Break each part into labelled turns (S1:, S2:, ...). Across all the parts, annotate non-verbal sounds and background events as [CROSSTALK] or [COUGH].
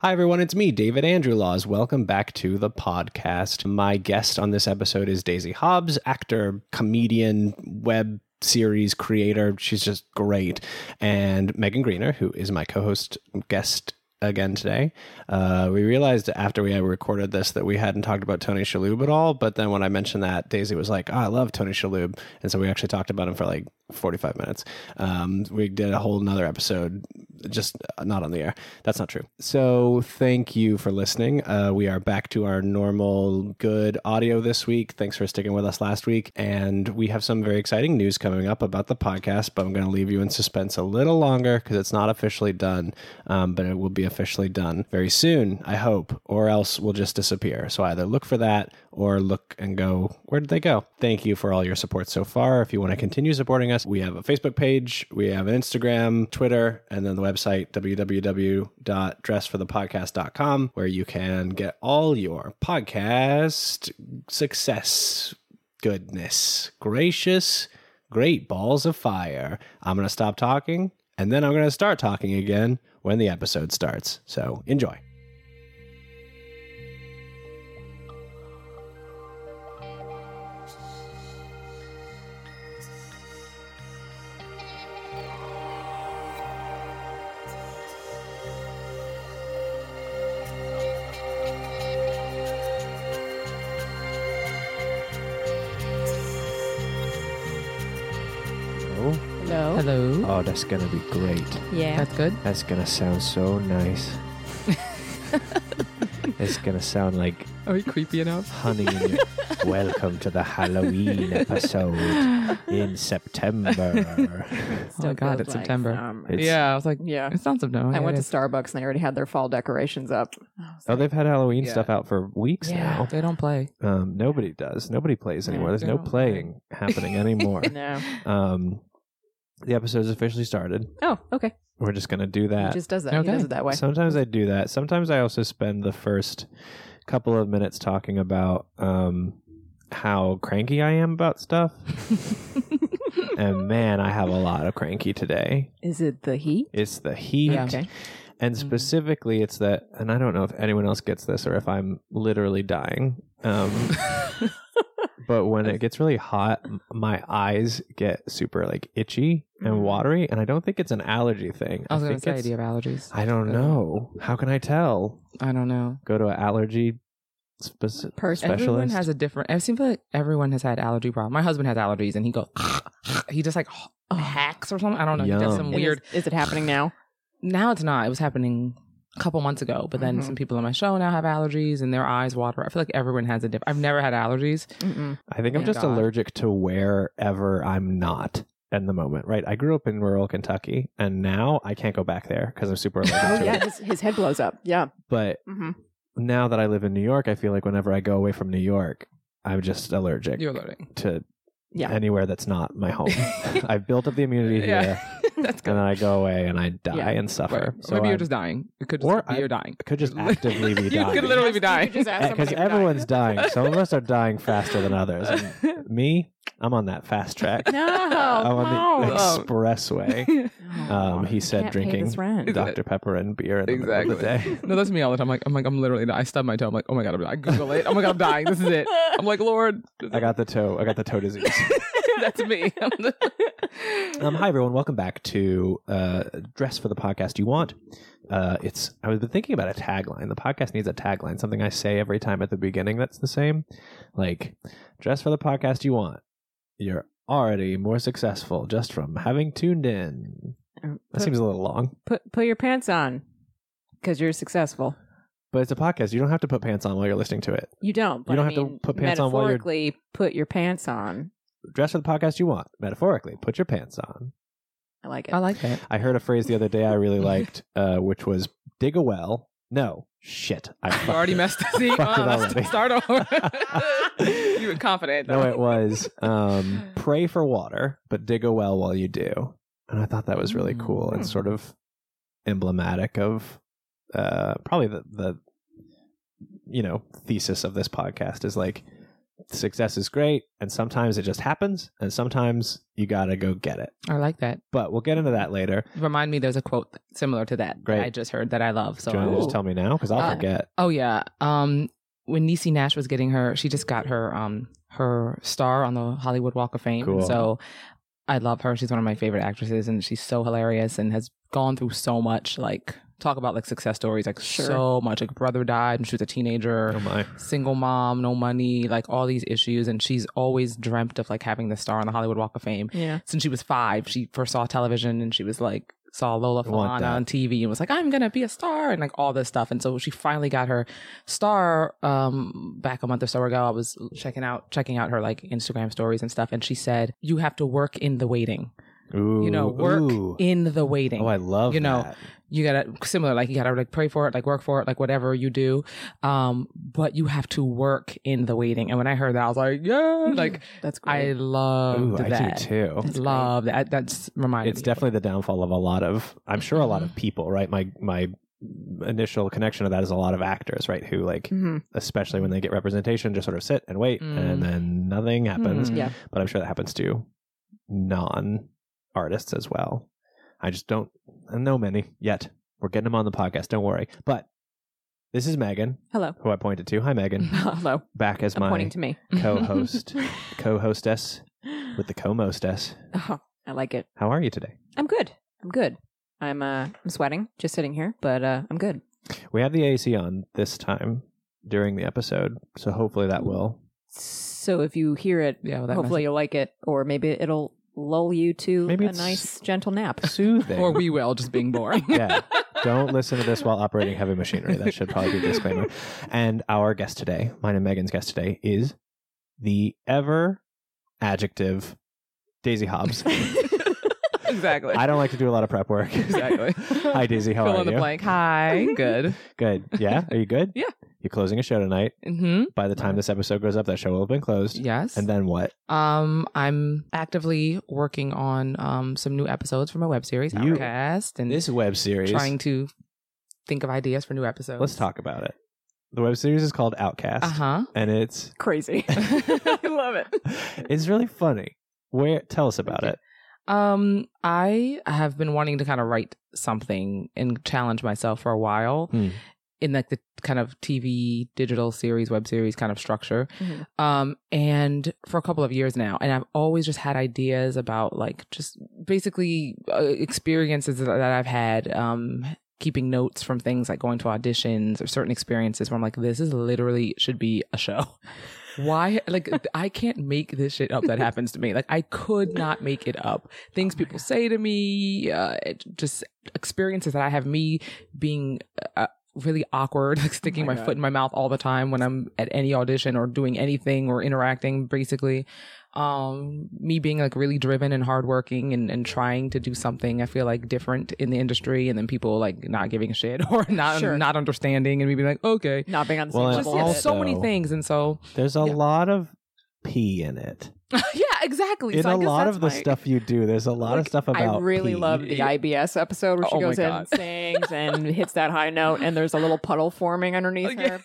S1: Hi, everyone. It's me, David Andrew Laws. Welcome back to the podcast. My guest on this episode is Daisy Hobbs, actor, comedian, web series creator. She's just great. And Megan Greener, who is my co host guest again today. Uh, we realized after we had recorded this that we hadn't talked about Tony Shalhoub at all. But then when I mentioned that, Daisy was like, oh, I love Tony Shalhoub. And so we actually talked about him for like 45 minutes. Um, we did a whole nother episode, just uh, not on the air. That's not true. So thank you for listening. Uh, we are back to our normal good audio this week. Thanks for sticking with us last week. And we have some very exciting news coming up about the podcast, but I'm going to leave you in suspense a little longer because it's not officially done, um, but it will be officially done very soon, I hope, or else we'll just disappear. So either look for that or look and go, where did they go? Thank you for all your support so far. If you want to continue supporting us, we have a Facebook page, we have an Instagram, Twitter, and then the website, www.dressforthepodcast.com, where you can get all your podcast success, goodness, gracious, great balls of fire. I'm going to stop talking and then I'm going to start talking again when the episode starts. So enjoy.
S2: Hello.
S3: Hello.
S1: Oh, that's going to be great.
S2: Yeah.
S3: That's good.
S1: That's gonna sound so nice. it's gonna sound like
S3: Are we creepy
S1: [LAUGHS]
S3: enough?
S1: honey. In your- Welcome to the Halloween episode in September.
S2: Still
S3: oh god,
S2: feels
S3: it's
S2: like
S3: September.
S2: summer.
S1: It's-
S3: yeah, I was like,
S2: yeah.
S3: it's not September.
S2: I
S3: Yeah,
S2: went
S3: it
S2: to
S3: is.
S2: Starbucks and they already had their fall decorations up. I was
S1: oh,
S2: like,
S1: they've had Halloween
S3: Yeah.
S1: stuff out for weeks
S2: Yeah.
S3: They don't play.
S1: now. Um, nobody does. Nobody plays
S2: Yeah,
S1: anymore. There's
S3: they
S1: no
S3: don't.
S1: playing happening anymore.
S3: [LAUGHS]
S2: no.
S1: um, the episode's officially started.
S2: Oh, okay.
S1: We're just gonna do
S2: He
S1: that.
S2: just does that.
S3: Okay.
S2: He does it that way.
S1: Sometimes I do that. Sometimes I also spend the first couple of minutes talking about um, how cranky I am about
S3: [LAUGHS]
S1: stuff. and man, I have a lot of cranky today.
S2: Is it the heat?
S1: It's the heat.
S3: Yeah. Mm-hmm.
S2: Okay.
S1: And specifically, it's that, and I don't know if anyone else gets this or if I'm literally dying.
S3: [LAUGHS]
S1: Um, but when it gets really hot, m- my eyes get super like itchy and
S2: Mhm.
S1: watery. And I don't think it's an allergy thing.
S3: Mm-hmm. I was gonna
S1: think
S3: say,
S1: it's-
S3: do you have allergies?
S1: I don't
S3: Uh,
S1: know. How can I tell?
S3: I don't know.
S1: Go to an allergy speci-
S2: Person.
S1: specialist.
S3: Everyone has a different. It seems like everyone has had allergy problem. My husband has allergies, and he goes, he just like hacks or something. I don't know. He does
S1: Yum.
S3: some
S2: It is-
S3: weird.
S2: Is, it happening now?
S3: Now it's not. It was happening a couple months ago, but then
S1: Mm-hmm.
S2: Mhm.
S3: some people on my show now have allergies, and their eyes water. I feel like everyone has a different. I've never had allergies.
S1: [LAUGHS]
S2: Mm-mm.
S1: I think I'm
S3: Thank
S1: just
S3: God.
S1: allergic to wherever I'm not in the moment, right? I grew up in rural Kentucky and now I can't go back there because I'm super allergic
S2: Oh
S1: to
S2: yeah,
S1: it.
S2: his, his head blows up. Yeah.
S1: But
S2: Mm-hmm.
S1: now that I live in New York, I feel like whenever I go away from New York, I'm just allergic
S3: You're loading.
S1: to
S2: Yeah.
S1: anywhere that's not my home. [LAUGHS] I've built up the immunity here
S3: [LAUGHS] that's good.
S1: and then I go away and I die
S2: Yeah.
S1: and suffer.
S3: Right.
S1: So
S3: Maybe
S1: I
S3: you're just dying. It could just
S1: Or
S3: be
S1: I-
S3: you're dying.
S1: could
S3: [LAUGHS]
S1: just actively be
S3: you
S1: dying.
S3: could literally be
S1: [LAUGHS]
S3: dying.
S1: because everyone's dying. Some of us are dying faster than others. And
S3: [LAUGHS]
S1: me, I'm on that fast track.
S2: No.
S1: I'm on the
S3: no. [LAUGHS]
S1: expressway.
S3: Oh,
S1: Um, he
S2: I
S1: said
S2: can't pay
S1: drinking
S2: this
S1: [LAUGHS]
S2: rent.
S1: Dr. Pepper and beer in the middle of the day.
S3: no, that's me all the time. Like I'm like I'm literally. I stub my toe. I'm like, oh my god, I'm dying. I Google it. Oh my god, I'm dying. This
S2: [LAUGHS]
S3: is it. I'm like, Lord,
S1: I got the toe. I got the toe disease.
S2: [LAUGHS]
S3: that's me. [LAUGHS]
S1: Um, hi everyone, welcome back to uh, Dress for the Podcast You Want. Uh, it's I was been thinking about a tagline. The podcast needs a tagline, something I say every time at the beginning that's the same. Like, dress for the podcast you want. You're already more successful just from having tuned in. That seems a little long.
S2: Uh, put put your pants on because you're successful.
S1: But it's a podcast. You don't have to put pants on while you're listening to it.
S2: You don't. But
S1: don't
S2: I
S1: have to
S2: mean,
S1: put pants on while you're-
S2: metaphorically, put your pants on.
S1: Dress for the podcast you want. Metaphorically, put your pants on.
S2: I like it.
S3: I like that.
S1: I heard a phrase the other day I really
S3: [LAUGHS]
S1: liked, uh, which was dig a well. No, shit. I
S3: [LAUGHS] You
S1: fucked
S3: already
S1: it.
S3: messed. See,
S1: Fucked it
S3: wow, let's
S1: already. [LAUGHS]
S3: start over. you were confident.
S1: No,
S3: Though.
S1: it was um,
S3: [LAUGHS]
S1: pray for water, but dig a well while you do. And I thought that was really
S3: Mm.
S1: cool and sort of emblematic of uh, probably the, the you know thesis of this podcast is like Success is great, and sometimes it just happens, and sometimes you gotta go get it.
S3: I like that.
S1: But we'll get into that later.
S3: Remind me, there's a quote similar to that
S1: Great.
S3: that I just heard that I love. So,
S1: Do you wanna just
S2: Ooh.
S1: tell me now? Because I'll
S3: Uh,
S1: forget.
S3: oh yeah, um, when Niecy Nash was getting her, she just got her um her star on the Hollywood Walk of Fame.
S1: Cool.
S3: So, I love her. She's one of my favorite actresses, and she's so hilarious and has gone through so much. Like, talk about like success stories, like
S2: Sure.
S3: so much. Like, brother died, and she was a teenager.
S1: Oh my.
S3: single mom, no money, like all these issues. And she's always dreamt of like having the star on the Hollywood Walk of Fame.
S2: Yeah.
S3: Since she was five, she first saw television and she was like, saw Lola
S1: I want
S3: Falana on TV and was like, I'm going to be a star and like all this stuff. And so she finally got her star, um, back a month or so ago. I was checking out, checking out her like Instagram stories and stuff. And she said, you have to work in the waiting,
S1: Ooh,
S3: you know, work
S1: ooh.
S3: in the waiting
S1: Oh, I love
S3: you know,
S1: that.
S3: you gotta similar like you gotta like pray for it like work for it like whatever you do um but you have to work in the waiting and when i heard that i was like
S1: [LAUGHS]
S3: yeah like
S2: Mm-hmm. That's
S3: i
S2: great.
S3: love
S1: Ooh, I
S3: um, that
S1: do too.
S2: That's great.
S3: love that that's reminded
S1: it's
S3: me.
S1: definitely the downfall of a lot of i'm sure a lot
S3: Mm-hmm.
S1: of people right my my initial connection to that is a lot of actors right who like
S2: Mhm.
S1: especially when they get representation just sort of sit and wait
S3: Mm.
S1: and then nothing happens
S3: Mhm.
S2: Yeah.
S1: but i'm sure that happens to non artists as well i just don't I know many yet we're getting them on the podcast don't worry but this is megan
S2: Hello. [LAUGHS]
S1: who i pointed to hi megan [LAUGHS]
S3: [LAUGHS]
S2: Hello.
S1: back as
S2: I'm
S1: my
S2: pointing to me.
S1: co-host co-hostess with the co-mostess
S2: Oh, [LAUGHS] I like it.
S1: how are you today
S2: I'm good. I'm good. I'm uh I'm sweating just sitting here, but uh I'm good.
S1: We had the AC on this time during the episode, so hopefully that will.
S2: So if you hear it,
S3: yeah well, that
S2: hopefully you'll like it, or maybe it'll lull you to
S1: Maybe
S2: a
S1: it's-
S2: nice gentle nap.
S1: Soothing.
S3: message- [LAUGHS] or we will just
S2: [LAUGHS]
S3: being boring
S1: yeah. [LAUGHS] Don't listen to this while operating heavy machinery. That should probably be a disclaimer. And our guest today, mine and Megan's guest today, is the ever adjective Daisy
S3: [LAUGHS]
S1: Hobbs.
S3: exactly
S1: I don't like to do a lot of prep work.
S3: [LAUGHS] exactly
S1: Hi, Daisy. How
S3: fill
S1: are
S3: in the
S1: you?
S3: blank hi good
S1: Good. Yeah. Are you good?
S3: [LAUGHS] Yeah.
S1: You're closing a show tonight.
S3: mm-hmm
S1: By the time this episode goes up, that show will have been closed.
S3: yes
S1: And then what?
S3: um i'm actively working on um some new episodes for my web series
S1: You-
S3: Outcast, and
S1: This web series.
S3: trying to think of ideas for new episodes.
S1: Let's talk about it. The web series is called Outcast,
S3: Uh huh.
S1: [LAUGHS] and it's
S2: Crazy.
S1: [LAUGHS]
S2: I love it.
S1: it's really funny. Where tell us about
S3: Okay.
S1: it.
S3: Um, I have been wanting to kind of write something and challenge myself for a while
S1: Hmm.
S3: in like the kind of TV digital series, web series kind of structure.
S2: Mhm.
S3: Um, and for a couple of years now, and I've always just had ideas about like just basically uh, experiences that that I've had. Um. Keeping notes from things like going to auditions or certain experiences where I'm like, this is literally should be a show. Why? Like, I can't make this shit up that happens to me. Like, I could not make it up. Things
S2: Oh
S3: people say to me, uh, it- just experiences that I have, me being uh, really awkward, [LAUGHS] like sticking
S2: Oh my
S3: my,
S2: God.
S3: foot in my mouth all the time when I'm at any audition or doing anything or interacting, basically. Um, me being like really driven and hardworking and, and trying to do something I feel like different in the industry, and then people like not giving a shit [LAUGHS] or not
S2: Sure.
S3: not understanding, and me being like, okay,
S2: Not being on the
S1: Well,
S2: same
S1: and
S3: just
S2: level.
S3: yeah,
S2: as
S1: also-
S2: [LAUGHS] it.
S3: so many things, and so
S1: There's a
S3: Yeah.
S1: lot of pee in it.
S3: yeah, exactly.
S1: in
S3: So I
S1: a
S3: guess
S1: lot of
S3: that's
S1: the
S3: my-
S1: stuff you do, there's a lot of
S3: Like,
S1: stuff
S2: I
S1: about.
S2: really
S1: pee.
S2: love the IBS episode where she
S3: Oh my
S2: goes in and
S3: God.
S2: sings and hits that high note, and there's a little puddle forming underneath
S3: Okay.
S2: her.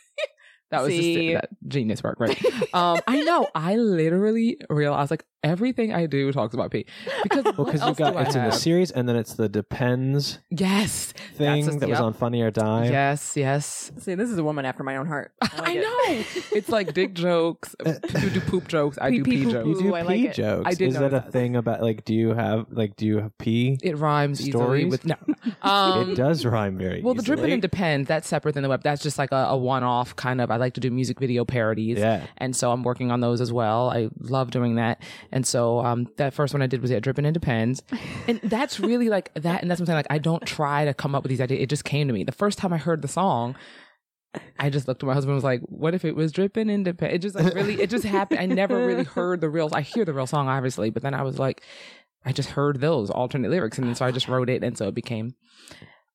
S3: That was
S2: See.
S3: just that genius work, right? [LAUGHS]
S2: [LAUGHS]
S3: um, I know. I literally realized like everything I do talks about pee because
S1: Well,
S3: [LAUGHS] what
S1: because you
S3: else do
S1: got
S3: I
S1: it's in the
S3: have?
S1: series, and then it's the depends
S3: yes,
S1: thing
S3: just-
S1: that was
S3: yep.
S1: on Funny or Die.
S3: yes, yes.
S2: See, this is a woman after my own heart. I,
S3: I know. it's like dick jokes.
S1: Uh,
S3: You do poop jokes. I
S2: Pee,
S3: do
S2: pee,
S3: pee
S2: poo,
S1: You
S3: jokes.
S1: do
S2: Ooh, I like
S1: pee
S2: it.
S1: jokes.
S3: I did
S1: Is that a
S3: notice that.
S1: thing about like? Do you have like? Do you have pee?
S3: It rhymes easily
S1: Stories?
S3: with no. [LAUGHS] Um,
S1: it
S2: [LAUGHS]
S1: does rhyme very.
S3: Well, the dripping
S1: easily.
S3: and depend. That's separate than the web. That's just like a, a one-off kind of. I like to do music video parodies.
S1: Yeah.
S3: and so I'm working on those as well. I love doing that, and so um, that first one I did was yeah, dripping into pens, and that's really like that, and that's what I'm saying. Like I don't try to come up with these ideas; it just came to me. The first time I heard the song, I just looked at my husband and was like, "What if it was dripping into pens?" It just like really, it just happened. I never really heard the real. I hear the real song obviously, but then I was like, I just heard those alternate lyrics, and then so I just wrote it, and so it became.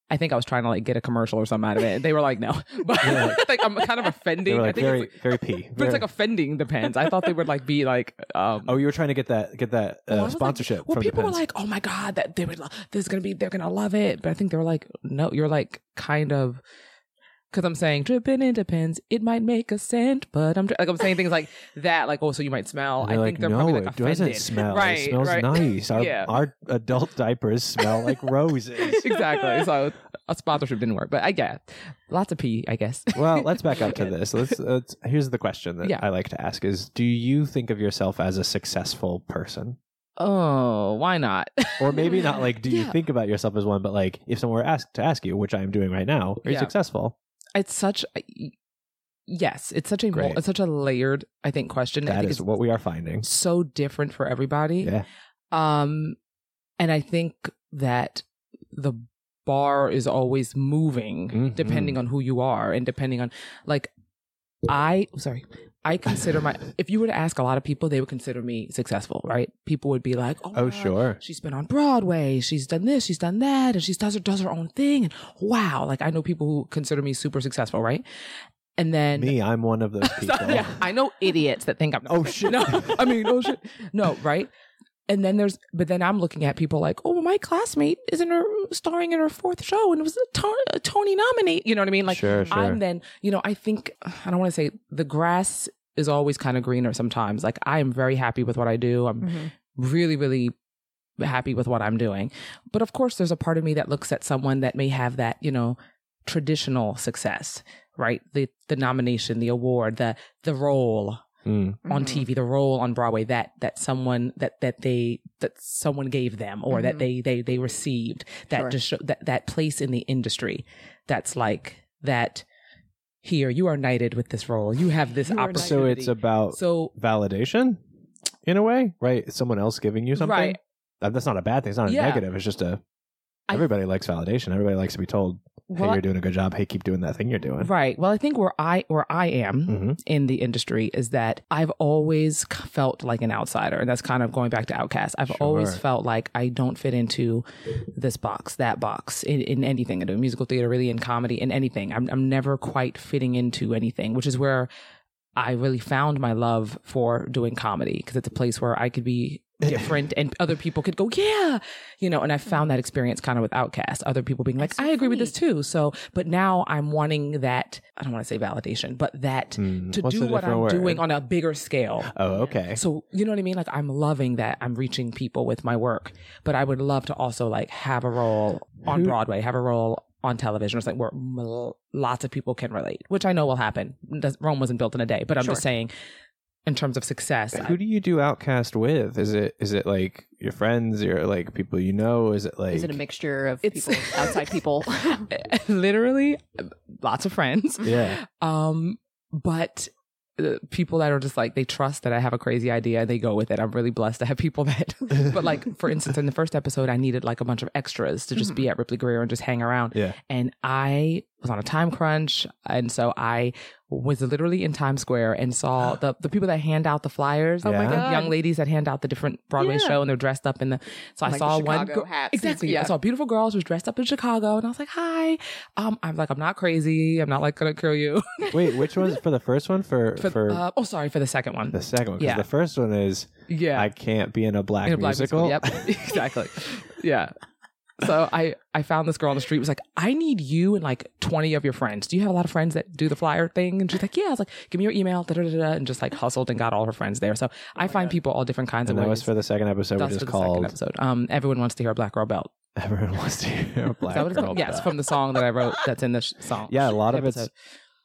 S3: I think I was trying to like get a commercial or something out of it. They were like, no, [LAUGHS] but
S1: Yeah.
S3: like I'm kind of
S1: They
S3: offending.
S1: were
S3: I
S1: like
S3: think it's
S1: very, very pee.
S3: but it's
S1: Very-
S3: like offending the pens. I thought they would like be like, um,
S1: Oh, you were trying to get that get that
S3: well, I
S1: uh,
S3: was like-
S1: sponsorship.
S3: well,
S1: from
S3: people
S1: Depends.
S3: were like, oh my god, that they would. Lo- this is gonna be. They're gonna love it. But I think they were like, no, you're like kind of because I'm saying dripping in depends. It might make a scent, but I'm dri-" like I'm saying things like that, like oh, so you might smell. I
S1: They're
S3: think they're probably like
S1: it doesn't
S3: offended.
S1: smell.
S3: [LAUGHS] Right,
S1: it smells
S3: right.
S1: nice. Our,
S3: Yeah.
S1: our adult diapers smell
S3: [LAUGHS]
S1: like roses.
S3: exactly. So a sponsorship didn't work, but I guess lots of pee. I guess [LAUGHS]
S1: well, let's back up to this. Let's, let's. Here's the question that
S3: Yeah.
S1: I like to ask: Is do you think of yourself as a successful person,
S3: Oh, why not? [LAUGHS]
S1: or maybe not like do you
S3: Yeah.
S1: think about yourself as one, but like if someone were asked to ask you, which I am doing right now, are you
S3: Yeah.
S1: successful?
S3: It's such. a- Yes, it's such a mul-
S1: Great.
S3: it's such a layered. I think question. I
S1: That
S3: think
S1: is
S3: it's
S1: what we are finding.
S3: so different for everybody.
S1: Yeah.
S3: Um, and I think that the bar is always moving
S1: Mhm.
S3: depending on who you are and depending on like I sorry. I consider my [LAUGHS] if you were to ask a lot of people, they would consider me successful, right? People would be like, Oh, my
S1: Oh,
S3: God,
S1: sure.
S3: she's been on Broadway, she's done this, she's done that, and she does her does her own thing. And wow, like I know people who consider me super successful, right? And then [LAUGHS]
S1: Me, I'm one of those people.
S3: Sorry, I know idiots that think I'm.
S1: Oh, shit.
S3: [LAUGHS] No, I mean, oh shit. No, right? And then there's, but then I'm looking at people like, oh, well, my classmate is in her starring in her fourth show and was a, ton- a Tony nominee. You know what I mean? Like,
S1: sure, sure.
S3: I'm then, you know, I think I don't want to say the grass is always kind of greener sometimes. Like, I am very happy with what I do. I'm
S2: Mhm.
S3: really, really happy with what I'm doing. But of course, there's a part of me that looks at someone that may have that, you know, traditional success, right? The the nomination, the award, the the role
S1: Mm,
S3: on
S2: Mhm.
S3: TV, the role on Broadway that that someone that that they that someone gave them or that
S2: Mhm.
S3: they they they received that
S2: Sure.
S3: just show, that that place in the industry that's like that. Here, you are knighted with this role. You have this
S2: You are knighted.
S3: opportunity.
S1: So it's about
S3: so
S1: validation, in a way, right? It's someone else giving you something.
S3: Right.
S1: Uh, That's not a bad thing. It's not a
S3: Yeah.
S1: negative. It's just a.
S3: I-
S1: Everybody likes validation. Everybody likes to be told, "Hey,
S3: well,
S1: you're doing a good job. Hey, keep doing that thing you're doing."
S3: right. Well, I think where I where I am
S1: hmm
S3: in the industry is that I've always k- felt like an outsider. And that's kind of going back to Outcast. I've always
S1: Sure.
S3: felt like I don't fit into this box, that box, in, in anything, in musical theater, really in comedy, in anything. I'm, I'm never quite fitting into anything, which is where I really found my love for doing comedy because it's a place where I could be different and other people could go, yeah, you know, and I found that experience kind of with Outcast. Other people being like,
S2: That's so
S3: I agree with this
S2: funny.
S3: too. So, but now I'm wanting that, I don't want to say validation, but that
S1: Mm-hmm.
S3: to do what I'm doing on a bigger scale.
S1: oh, okay.
S3: So you know what I mean? Like I'm loving that I'm reaching people with my work, but I would love to also like have a role on
S1: Who-
S3: Broadway, have a role on television, or something where m- lots of people can relate, which I know will happen. Does- Rome wasn't built in a day, but I'm
S2: Sure.
S3: just saying, in terms of success, I-
S1: Who do you do Outcast with? Is it is it like your friends, your like people you know? Is it like
S2: Is it a mixture of
S3: It's-
S2: people, outside
S3: [LAUGHS]
S2: people? [LAUGHS]
S3: literally lots of friends.
S1: [LAUGHS] Yeah,
S3: Um, but uh, people that are just like they trust that I have a crazy idea, they go with it. I'm really blessed to have people [LAUGHS] that. [LAUGHS] but like for instance, in the first episode, I needed like a bunch of extras to just
S2: Mm-hmm.
S3: be at Ripley Greer and just hang around.
S1: [LAUGHS] Yeah.
S3: And I was on a time crunch, and so I was literally in Times Square and
S2: [GASPS]
S3: saw the the people that hand out the flyers.
S1: Oh my
S3: the
S2: God.
S3: young ladies that hand out the different Broadway
S2: Yeah.
S3: show, and they're dressed up in the. So I
S2: Like the
S3: saw one.
S2: Chicago
S3: gir-
S2: hats.
S3: Exactly.
S2: Yeah.
S3: I saw a beautiful girl. She was dressed up in Chicago, and I was like, "Hi." Um, I'm like, I'm not crazy. I'm not like gonna kill you. [LAUGHS]
S1: wait, which one's for the first one for for,
S3: for, uh, oh sorry for the second one
S1: the second one? Because
S3: yeah.
S1: the first one is
S3: yeah
S1: I can't be in a black,
S3: in a black
S1: musical.
S3: musical. yep [LAUGHS] exactly yeah so i i found this girl on the street was like i need you and like 20 of your friends do you have a lot of friends that do the flyer thing and she's like yeah i was like give me your email da, da, da, da, and just like hustled and got all her friends there so i find people all different
S1: Oh
S3: kinds
S1: And
S3: of
S1: that
S3: ways
S1: was for the second episode,
S3: That's
S1: which is
S3: for the second
S1: called
S3: episode um everyone wants to hear a black girl belt
S1: [LAUGHS] Everyone Wants to Hear a
S3: [LAUGHS] Is
S1: Black
S3: that what it's
S1: Girl.
S3: called? yes
S1: Belt.
S3: from the song that i wrote that's in the sh- song
S1: [LAUGHS] yeah, a lot of it's
S3: episode.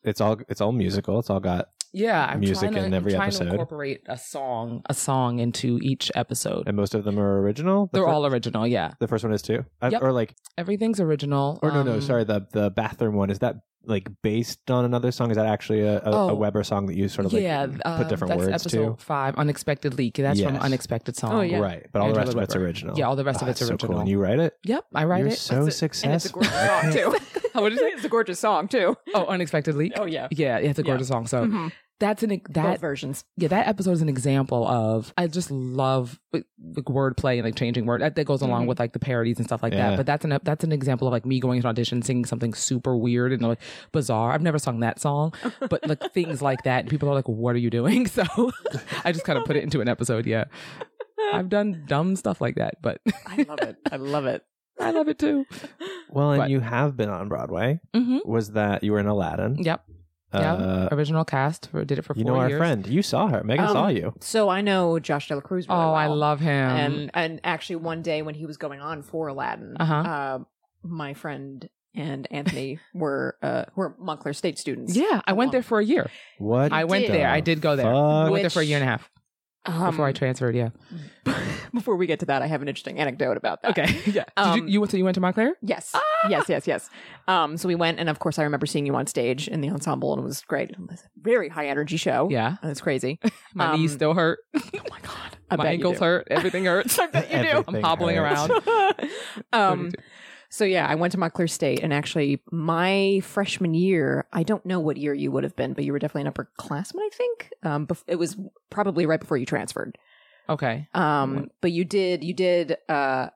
S1: it's all it's all musical. It's all got
S3: yeah I'm
S1: music
S3: trying to,
S1: in every
S3: I'm trying
S1: episode.
S3: to incorporate a song a song into each episode
S1: and most of them are original. The
S3: they're
S1: fir-
S3: all original yeah
S1: the first one is too, Uh,
S3: Yep.
S1: or like
S3: everything's original
S1: or no no
S3: Um,
S1: sorry the the bathroom one is that like based on another song is that actually a, a, a
S3: Oh.
S1: Weber song that you sort of like
S3: yeah, um,
S1: put different
S3: that's
S1: words
S3: episode
S1: to
S3: five, unexpected leak. That's from
S1: Yes.
S3: unexpected song.
S2: Oh, yeah.
S1: right but all the
S3: Angela
S1: rest of it's
S3: Weber.
S1: original
S3: Yeah, all the rest
S1: Oh,
S3: of it's
S1: that's so
S3: original.
S1: cool. and you write it
S3: Yep, I write
S1: you're
S3: it.
S1: so
S2: And it's a
S1: successful
S2: gorgeous song too.
S1: [LAUGHS]
S2: [LAUGHS]
S3: Oh, what did you say?
S2: it's a gorgeous song too.
S3: Oh, unexpected leak.
S2: Oh yeah.
S3: Yeah, it's a
S2: Yeah.
S3: gorgeous song.
S2: [LAUGHS]
S3: So
S2: Mhm.
S3: that's an
S2: Both
S3: that
S2: versions.
S3: yeah that episode is an example of I just love like, like wordplay and like changing word that, that goes along
S2: Mhm.
S3: with like the parodies and stuff like
S1: Yeah.
S3: that. But that's an that's an example of like me going to an audition singing something super weird and like bizarre. I've never sung
S2: [LAUGHS]
S3: that song, but like things like that. And people are like, "What are you doing?" [LAUGHS] So I just kind of put it into an episode. Yeah, I've done dumb stuff like that, but [LAUGHS]
S2: I love it. I love it.
S3: I love it too.
S1: Well, and
S3: But-
S1: you have been on Broadway.
S3: Mm-hmm.
S1: Was that you were in Aladdin?
S3: Yep.
S1: Uh,
S3: yep. Original cast for, did it for
S1: you
S3: four
S1: know our
S3: years.
S1: friend. You saw her. Megan
S2: Um,
S1: saw you.
S2: So I know Josh Dela Cruz.
S3: Oh,
S2: Really
S3: I
S2: well.
S3: love him.
S2: and and actually one day when he was going on for Aladdin,
S3: Uh-huh.
S2: uh, my friend and
S3: [LAUGHS]
S2: Anthony were uh, were Montclair State students.
S3: yeah, I went there for a year.
S1: What?
S3: I went
S2: did.
S3: there. I did go there. I
S1: Fuck.
S3: went there for a year and a half
S2: Um,
S3: before I transferred. Yeah.
S2: [LAUGHS] before we get to that, I have an interesting anecdote about that.
S3: [LAUGHS] yeah. did
S2: Um,
S3: you, you went to you went to Montclair?
S2: Yes. Yes, yes, yes. Um, so we went, and of course, I remember seeing you on stage in the ensemble, and it was great. It was a very high energy show.
S3: Yeah.
S2: And it's
S3: [LAUGHS]
S2: crazy.
S3: My
S2: Oh, Um,
S3: knees still hurt.
S2: Oh my God. I
S3: my
S2: bet you
S3: ankles
S2: [LAUGHS] do.
S3: hurt. Everything hurts.
S2: I bet you do.
S1: Everything
S3: I'm hobbling
S1: hurts.
S2: [LAUGHS]
S3: around.
S2: um, so yeah, I went to Montclair State, and actually, my freshman year, I don't know what year you would have been, but you were definitely an upperclassman, I think. Um, bef- it was probably right before you transferred.
S3: Okay.
S2: Um, but you did you did uh,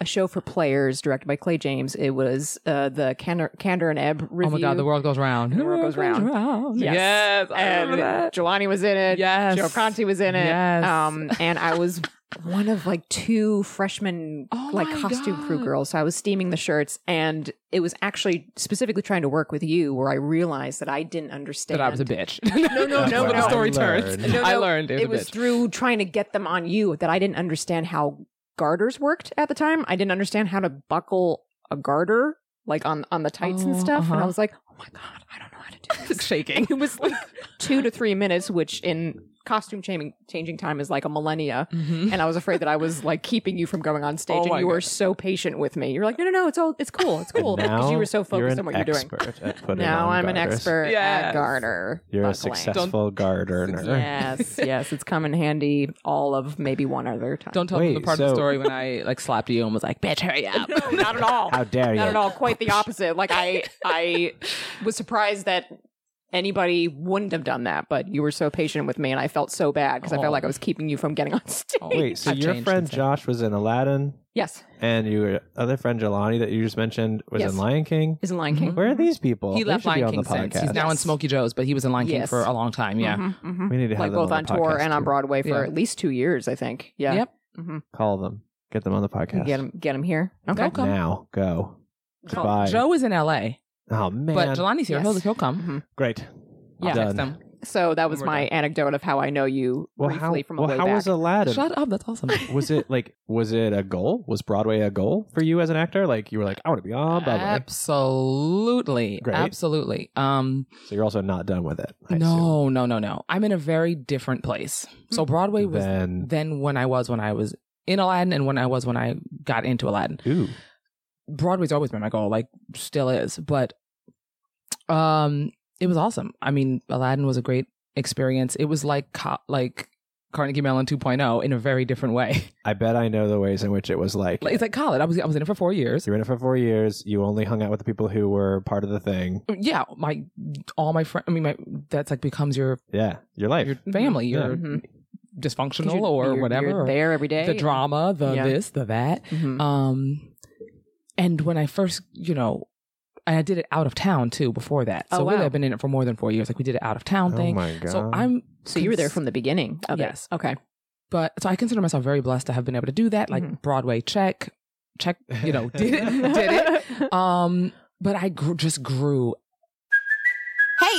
S2: a show for players directed by Clay James. It was uh, the Candor, Candor and Ebb review.
S3: Oh my God, the world goes round.
S2: The world goes round. Yes.
S3: Yes. I remember
S2: and
S3: that.
S2: Jelani was in it.
S3: Yes.
S2: Joe Conti was in it.
S3: Yes.
S2: Um, and I was one of like two freshman
S3: [LAUGHS] Oh
S2: like
S3: my
S2: costume crew
S3: God.
S2: girls. So I was steaming the shirts, and it was actually specifically trying to work with you, where I realized that I didn't understand
S3: That I was a bitch.
S2: No, no,
S3: [LAUGHS]
S1: That's
S2: no,
S1: what
S3: But
S2: no.
S3: the story
S1: I
S3: turns.
S1: learned.
S2: No,
S3: I
S2: no,
S3: learned it was,
S2: it was
S3: a bitch.
S2: through trying to get them on you that I didn't understand how garters worked at the time. I didn't understand how to buckle a garter like on on the tights and
S3: Oh,
S2: stuff. And I
S3: uh-huh.
S2: was like, oh my god, I don't know how to do this. [LAUGHS]
S3: [LAUGHS] shaking.
S2: it was like two to three minutes, which in costume changing changing time is like a millennia.
S1: Mm-hmm.
S2: And I was afraid that I was like keeping you from going on stage,
S3: Oh
S2: and
S3: my
S2: you were
S3: God.
S2: so patient with me. You're like, no, no, no, it's all, it's cool, it's cool,
S1: And
S2: because you
S1: now
S2: were so
S1: you're
S2: focused
S1: an
S2: on what you're doing.
S1: expert At putting
S2: Now
S1: on
S2: I'm an
S1: garters.
S2: expert at
S3: Yes.
S2: garter.
S1: You're a
S2: buckling.
S1: successful
S2: [LAUGHS]
S1: gardener.
S2: Yes, yes, it's come in handy all of maybe one other [LAUGHS] time.
S3: Don't tell
S1: Wait,
S3: them the part of
S1: so-
S3: the story when I like slapped you and was like, "Bitch,
S2: [LAUGHS]
S3: hurry up."
S2: not at all.
S1: How dare you?
S2: Not at all. Quite the opposite. Like I, I was surprised that anybody wouldn't have done that, but you were so patient with me, and I felt so bad because I
S3: Oh.
S2: felt like I was keeping you from getting on [LAUGHS] stage.
S1: [LAUGHS] Wait, so
S3: I've
S1: your
S3: changed
S1: friend
S3: since then.
S1: Josh was in Aladdin,
S2: Yes,
S1: and your other friend Jelani that you just mentioned was
S2: Yes. Mm-hmm.
S1: in Lion King.
S2: is Lion King.
S1: Where are these people?
S3: He
S1: They
S3: left
S1: should be
S3: Lion
S1: on
S3: King
S1: the
S3: since. He's
S1: podcast. Mm-hmm.
S3: now in Smoky Joe's, but he was in Lion King
S2: Yes.
S3: for a long time. Yeah.
S2: Mhm, mhm.
S1: We need to have
S2: Like
S1: them
S2: both on
S1: the
S2: tour
S1: podcast,
S2: and on
S1: too.
S2: Broadway for
S3: Yeah.
S2: at least two years, I think. Yeah.
S3: Yep.
S1: Call them. Get them on the podcast.
S2: Get him, get him here. Okay.
S3: Nope. Come.
S1: Now, go.
S2: Joe-
S1: Goodbye.
S3: Joe is in L.A.,
S1: Oh man,
S3: but Jelani's here.
S2: Yes.
S3: He'll, he'll come.
S1: great.
S3: I'll
S1: Done.
S3: text him.
S2: Mm-hmm. So that was
S3: We're
S2: my anecdote of how I know you
S1: Well, how,
S2: briefly from a
S1: well,
S2: way
S1: how
S2: back.
S1: was Aladdin?
S3: Shut up.
S1: [LAUGHS]
S3: That's awesome.
S1: was it like was it a goal? Was Broadway a goal for you as an actor? Like you were like, I want to be on Broadway.
S3: Absolutely.
S1: Great.
S3: Absolutely. Um
S1: so you're also not done with it. I assume,
S3: no, no, no, no. I'm in a very different place. So Broadway was
S1: Hmm. Then-
S3: than when I was when I was in Aladdin and when I was when I got into Aladdin.
S1: Ooh,
S3: Broadway's always been my goal, like still is, but um it was awesome. I mean, Aladdin was a great experience. It was like co- like Carnegie Mellon 2.0 in a very different way. [LAUGHS]
S1: I bet I know the ways in which it was like.
S3: Like, it's like college. I was I was in it for 4 years.
S1: you were in it for four years. You only hung out with the people who were part of the thing.
S3: Yeah, my all my friends I mean my that's like becomes your
S1: Yeah, your life.
S3: your family, your
S2: Mhm.
S3: dysfunctional
S2: 'Cause you're-
S3: or
S2: you're-
S3: whatever
S2: you're
S3: or
S2: there every day.
S3: the drama, the
S2: Yeah.
S3: this, the that.
S2: Mhm.
S3: Um, and when I first, you know, and I did it out of town too before that. So
S2: Oh,
S3: really,
S2: wow.
S3: I've been in it for more than four years. Like we did it out of town
S1: oh
S3: thing.
S1: my god.
S3: So I'm
S2: So you were there
S3: cons-
S2: from the beginning. Of it.
S3: Yes.
S2: Okay.
S3: but so I consider myself very blessed to have been able to do that. Like
S2: Mhm.
S3: Broadway, check, check, you know, did
S2: [LAUGHS]
S3: it, did it. Um, but I grew, just grew
S4: Hey,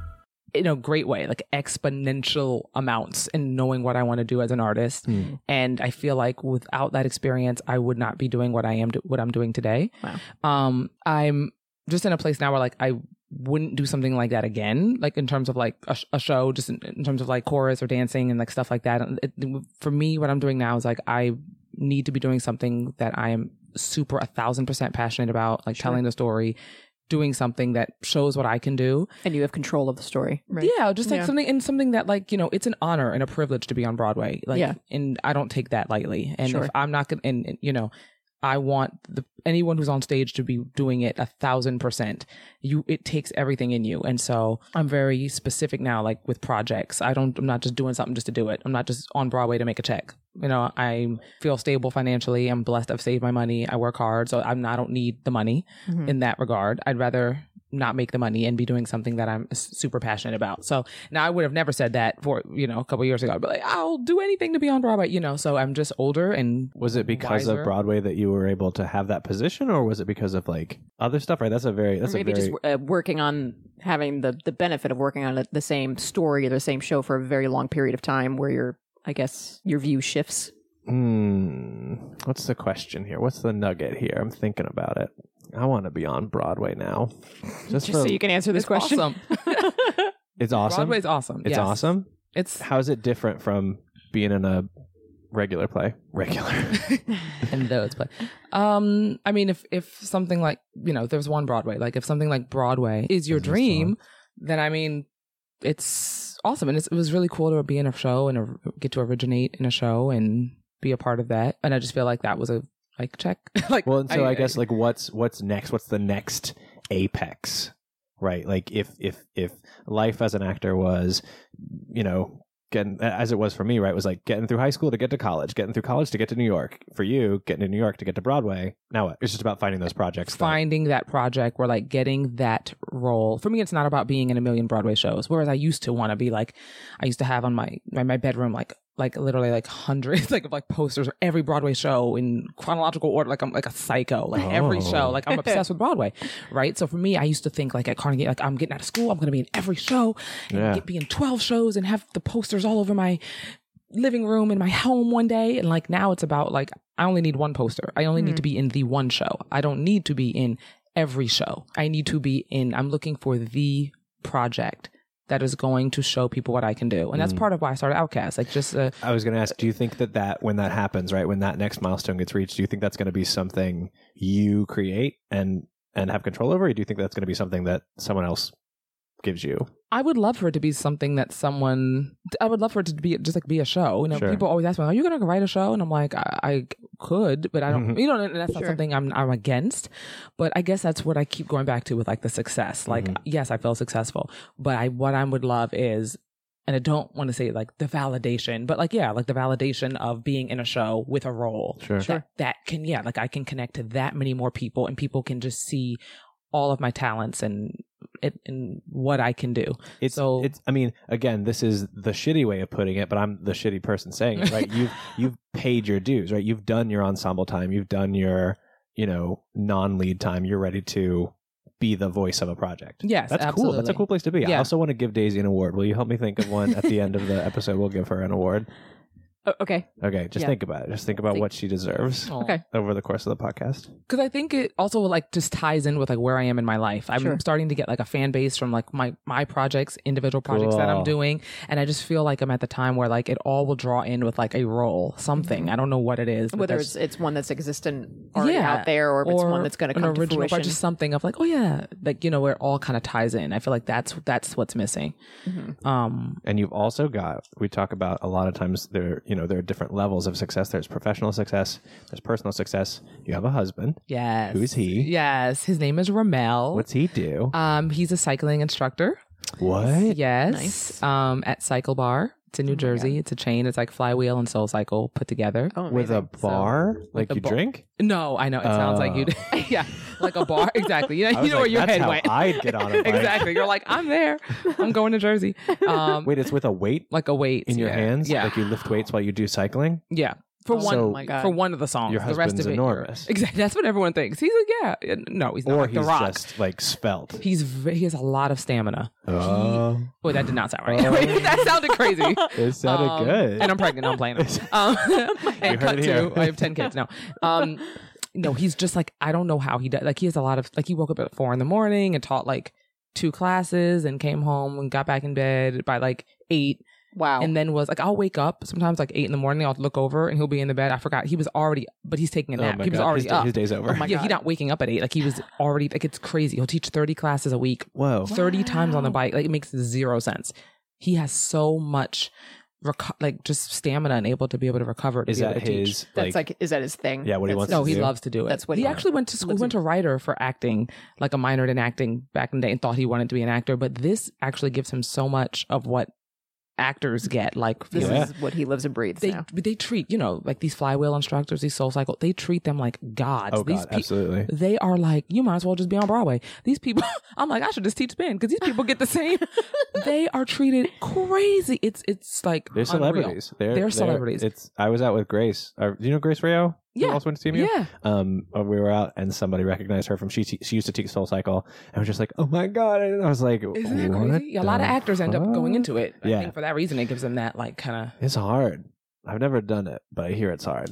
S3: in a great way, like exponential amounts and knowing what I want to do as an artist.
S1: Hmm.
S3: And I feel like without that experience, I would not be doing what I am, what I'm doing today.
S2: Wow.
S3: Um, I'm just in a place now where like I wouldn't do something like that again, like in terms of like a, sh- a show, just in, in terms of like chorus or dancing and like stuff like that. And it, for me, what I'm doing now is like I need to be doing something that I am super a thousand percent passionate about, like telling the story, doing something that shows what I can do.
S2: And you have control of the story. Right.
S3: Yeah, just like
S2: Yeah.
S3: something and something that like, you know, it's an honor and a privilege to be on Broadway. Like
S2: Yeah.
S3: and I don't take that lightly. And
S2: Sure.
S3: if I'm not gonna and, and, you know, I want the, anyone who's on stage to be doing it a thousand percent. You, it takes everything in you, and so I'm very specific now. Like with projects, I don't. I'm not just doing something just to do it. I'm not just on Broadway to make a check. You know, I feel stable financially. I'm blessed. I've saved my money. I work hard, so I'm. Not, I don't need the money
S2: Mhm.
S3: in that regard. I'd rather not make the money and be doing something that I'm s- super passionate about. So now I would have never said that for you know a couple years ago. I'd be like, I'll do anything to be on Broadway. You know, so I'm just older and
S1: Was it because
S3: Wiser.
S1: of Broadway that you were able to have that position, or was it because of like other stuff? Right, that's a very that's
S2: or
S1: a
S2: maybe
S1: very
S2: just uh, working on having the the benefit of working on a, the same story or the same show for a very long period of time, where your I guess your view shifts.
S1: Hmm. What's the question here? What's the nugget here? I'm thinking about it. I want to be on Broadway now. Just,
S2: Just
S1: for-
S2: so you can answer this
S3: It's
S2: question.
S3: Awesome.
S1: it's awesome.
S3: [LAUGHS] Broadway's awesome.
S1: it's
S3: Yes.
S1: awesome.
S3: It's
S1: How is it different from being in a regular play? Regular.
S3: [LAUGHS] and those but um i mean if if something like you know there's one broadway like if something like broadway is your
S1: Is this
S3: dream then i mean it's awesome and it's, it was really cool to be in a show and or- get to originate in a show and be a part of that and i just feel like that was a like check [LAUGHS] like
S1: well, and so I, guess like what's what's next? What's the next apex? Right? Like if if if life as an actor was, you know, getting as it was for me, right, was like getting through high school to get to college, getting through college to get to New York. For you, getting to New York to get to Broadway. Now what? It's just about finding those projects. that-
S3: finding that project or like getting that role. For me, it's not about being in a million Broadway shows. Whereas I used to want to be like, I used to have on my my, my bedroom like like literally like hundreds [LAUGHS] like of like posters of every Broadway show in chronological order. Like I'm like a psycho. Like every
S1: Oh.
S3: show. Like I'm obsessed with Broadway, right? So for me, I used to think like at Carnegie, like I'm getting out of school, I'm gonna be in every show, and
S1: Yeah.
S3: get, be in twelve shows, and have the posters all over my living room in my home one day and like now it's about like i only need one poster i only need to be in the one show i don't need to be in every show i need to be in i'm looking for the project that is going to show people what i can do and that's part of why i started outcast like just uh,
S1: I was going to ask, do you think that that when that happens, right, when that next milestone gets reached, do you think that's going to be something you create and and have control over, or do you think that's going to be something that someone else gives you?
S3: I would love for it to be something that someone. I would love for it to be just like be a show. You know,
S1: Sure.
S3: people always ask me, "Are you going to write a show?" And I'm like, "I, I could, but I don't."
S1: Mhm.
S3: You know, and that's not
S2: Sure.
S3: something I'm I'm against. But I guess that's what I keep going back to with like the success. Like,
S1: Mhm.
S3: yes, I feel successful, but I what I would love is. And I don't want to say like the validation, but like, yeah, like the validation of being in a show with a role
S1: Sure.
S3: that, that can yeah like i can connect to that many more people and people can just see all of my talents and it and what i can do
S1: It's
S3: So-
S1: it's I mean, again, this is the shitty way of putting it, but I'm the shitty person saying it, right?
S3: [LAUGHS]
S1: you've you've paid your dues, right? You've done your ensemble time, you've done your, you know, non lead time, you're ready to be the voice of a project.
S3: yes
S1: That's cool. That's a
S3: absolutely.
S1: cool place to be. I
S3: Yeah.
S1: also want to give Daisy an award. Will you help me think of one at the end of the episode? We'll give her an award.
S2: O- Oh, okay,
S1: Okay, just
S2: Yeah.
S1: think about it. Just think about
S2: Think-
S1: what she deserves
S3: Oh.
S2: okay.
S1: over the course of the podcast.
S3: because i think it also like just ties in with like where i am in my life i'm
S2: Sure.
S3: starting to get like a fan base from like my my projects individual projects that
S1: Cool.
S3: i'm doing and i just feel like i'm at the time where like it all will draw in with like a role something i don't know what it is but
S2: Mm-hmm. Whether
S3: there's-
S2: it's it's one that's existent already
S3: Yeah.
S2: out there, or if it's one that's going to
S3: an
S2: come to
S3: original part,
S2: fruition.
S3: just something of like, oh yeah, like you know where it all kind of ties in. I feel like that's that's what's missing.
S2: Mm-hmm.
S3: Um,
S1: and you've also got we talk about a lot of times there you know there are different levels of success there's professional success there's personal success you have a husband
S3: yes,
S1: Who's he?
S3: Yes, his name is Ramel.
S1: what's he do
S3: um, he's a cycling instructor.
S1: [LAUGHS] what
S3: Yes,
S2: Nice.
S3: um, at Cycle Bar. It's
S1: Oh
S3: in New Jersey. It's a chain. It's like Flywheel and Soul Cycle put together.
S2: oh,
S1: with a
S2: amazing.
S1: bar like
S3: a
S1: you
S3: bar.
S1: drink
S3: No, I know it sounds like you. [LAUGHS] yeah, like
S1: [LAUGHS]
S3: a bar. Exactly. [LAUGHS] You
S1: Oh.
S3: know,
S1: I
S3: you
S1: was
S3: know
S1: like,
S3: where your
S1: that's
S3: head
S1: how
S3: [LAUGHS]
S1: [LAUGHS]
S3: went.
S1: i'd get on a bike
S3: exactly. You're like, I'm there. I'm going to Jersey. Um,
S1: wait it's with a weight
S3: like a weight
S1: in your
S3: yeah.
S1: hands
S3: Yeah.
S1: like you lift weights while you do cycling
S3: Yeah. For
S2: Oh
S3: one,
S1: So-
S2: my God.
S3: for one of the songs,
S1: Your
S3: Oh, the rest
S1: husband's
S3: of it,
S1: enormous.
S3: Exactly, that's what everyone thinks. He's like, yeah, no, he's not
S1: or
S3: like
S1: he's
S3: the Rock.
S1: just like svelte
S3: He's v- he has a lot of stamina.
S1: oh
S3: Boy, that did not sound right. [LAUGHS]
S1: Oh.
S3: Wait, that sounded crazy.
S1: it sounded
S3: Um,
S1: good [LAUGHS]
S3: And I'm pregnant. I'm playing.
S1: Oh
S3: Um, and
S1: You heard
S3: cut
S1: it here.
S3: to, [LAUGHS] I have ten kids now. Um, no, he's just like I don't know how he does. Like he has a lot of like he woke up at four in the morning and taught like two classes and came home and got back in bed by like eight
S2: Wow.
S3: and then was like I'll wake up sometimes like eight in the morning. I'll look over and he'll be in the bed. I forgot he was already, but he's taking a
S1: oh
S3: nap.
S1: my
S3: he was
S1: god
S3: already
S1: his,
S3: up.
S1: his Oh day's over
S2: my-
S3: yeah, he's
S2: God.
S3: not waking up at eight. Like he was already like it's crazy. He'll teach thirty classes a week,
S1: whoa
S3: thirty times on the bike. Like it makes zero sense. He has so much reco- like just stamina and able to be able to recover. To
S1: Is
S3: be
S1: that
S3: able to teach.
S1: his
S2: That's like, is that his thing?
S1: Yeah, what he
S2: That's-
S1: wants
S3: No,
S1: to
S3: he
S1: do?
S3: loves to do it.
S2: That's what
S3: he
S2: he
S3: actually went to school. Went to writer for acting, like a minor in acting back in the day, and thought he wanted to be an actor. But this actually gives him so much of what actors get. Like
S2: This
S1: Yeah.
S2: is what he lives and breathes
S3: they
S2: now.
S3: but they treat you know like these flywheel instructors, these soul cycle. They treat them like gods.
S1: Oh,
S3: these
S1: God,
S3: peo-
S1: absolutely.
S3: They are like you might as well just be on Broadway. These people, [LAUGHS] I'm like I should just teach spin because these people get the [LAUGHS] same. they are treated crazy. It's it's like
S1: They're
S3: unreal.
S1: celebrities. They're,
S3: They're celebrities.
S1: It's. I was out with Grace. Uh, do you know Grace Rayo?
S3: Yeah.
S1: Who also went to CMU?
S3: Yeah,
S1: Um, uh, we were out and somebody recognized her from she. She used to teach Soul Cycle, and was just like, "Oh my god!" And I was like,
S3: isn't that
S1: "What
S3: crazy? Yeah, a lot of
S1: the
S3: actors end up going
S1: fuck?"
S3: into it. I
S1: Yeah.
S3: think for that reason, it gives them that like kind of.
S1: It's hard. I've never done it, but I hear it's hard.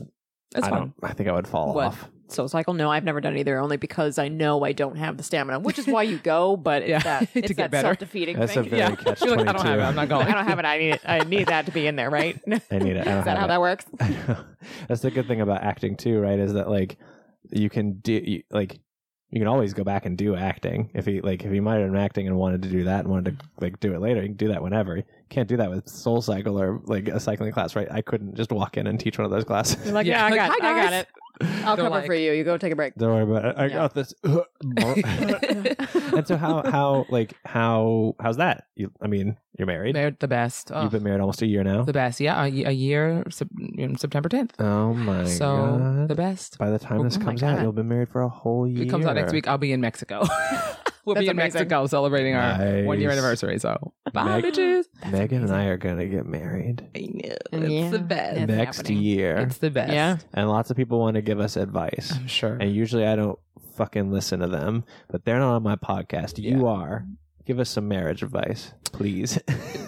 S3: It's
S1: I
S3: fun.
S1: don't. I think I would fall
S3: What?
S1: off.
S2: Soul Cycle? oh, No, I've never done either. Only because I know I don't have the stamina, which is why you go. But [LAUGHS] it's
S3: Yeah.
S2: that
S3: To
S2: it's
S3: get
S2: that
S3: better.
S2: self defeating
S1: That's a
S2: thing.
S3: [LAUGHS]
S1: very catch
S3: You're
S1: twenty
S3: like,
S1: two.
S3: Oh, I don't have it. I'm not going.
S2: I don't have it. I need it. I need that to be in there, right? [LAUGHS] is
S1: I
S3: [LAUGHS]
S1: need it. [LAUGHS] I don't
S2: that
S1: have
S2: how
S3: Uh-huh.
S1: it.
S2: that works?
S1: That's the good thing about acting too, right? Is that like you can do you, like you can always go back and do acting if he like if he might have been acting and wanted to do that and wanted to like do it later, you can do that whenever. You can't do that with Soul Cycle or like a cycling class, right? I couldn't just walk in and teach one of those classes.
S2: You're like, yeah,
S3: Yeah.
S2: I
S3: Like,
S2: got,
S3: "Hi,
S2: I got
S3: guys."
S2: it. I'll
S3: They're
S2: cover
S3: like-
S2: for you. You go take a
S1: [LAUGHS]
S2: break.
S1: Don't worry about it. I
S2: Yeah.
S1: got this. [LAUGHS]
S3: [LAUGHS]
S1: and so how how like how how's that? You, I mean, you're married.
S3: They're the best. Oh,
S1: You've been married almost a year now.
S3: the best. Yeah, a, a year, Sep- um, September 10th.
S1: Oh my
S3: so
S1: god.
S3: the best.
S1: By the time this
S2: my
S1: comes out,
S2: God.
S1: you'll be married for a whole
S3: If
S1: year.
S3: it comes out next week, I'll be in Mexico. [LAUGHS] we'll
S2: That's
S3: be
S2: amazing.
S3: in Mexico celebrating our
S1: Nice.
S3: one year anniversary. So bye,
S1: Meg-
S3: bitches.
S1: Megan and I are gonna get married
S3: I know.
S2: Yeah.
S3: It's the best.
S2: It's
S1: next
S2: happening.
S1: year,
S3: It's the best.
S2: Yeah.
S1: and lots of people want to give us advice.
S3: I'm sure.
S1: And usually, I don't fucking listen to them, but they're not on my podcast. You are. Give us some marriage advice,
S3: [LAUGHS]
S1: please.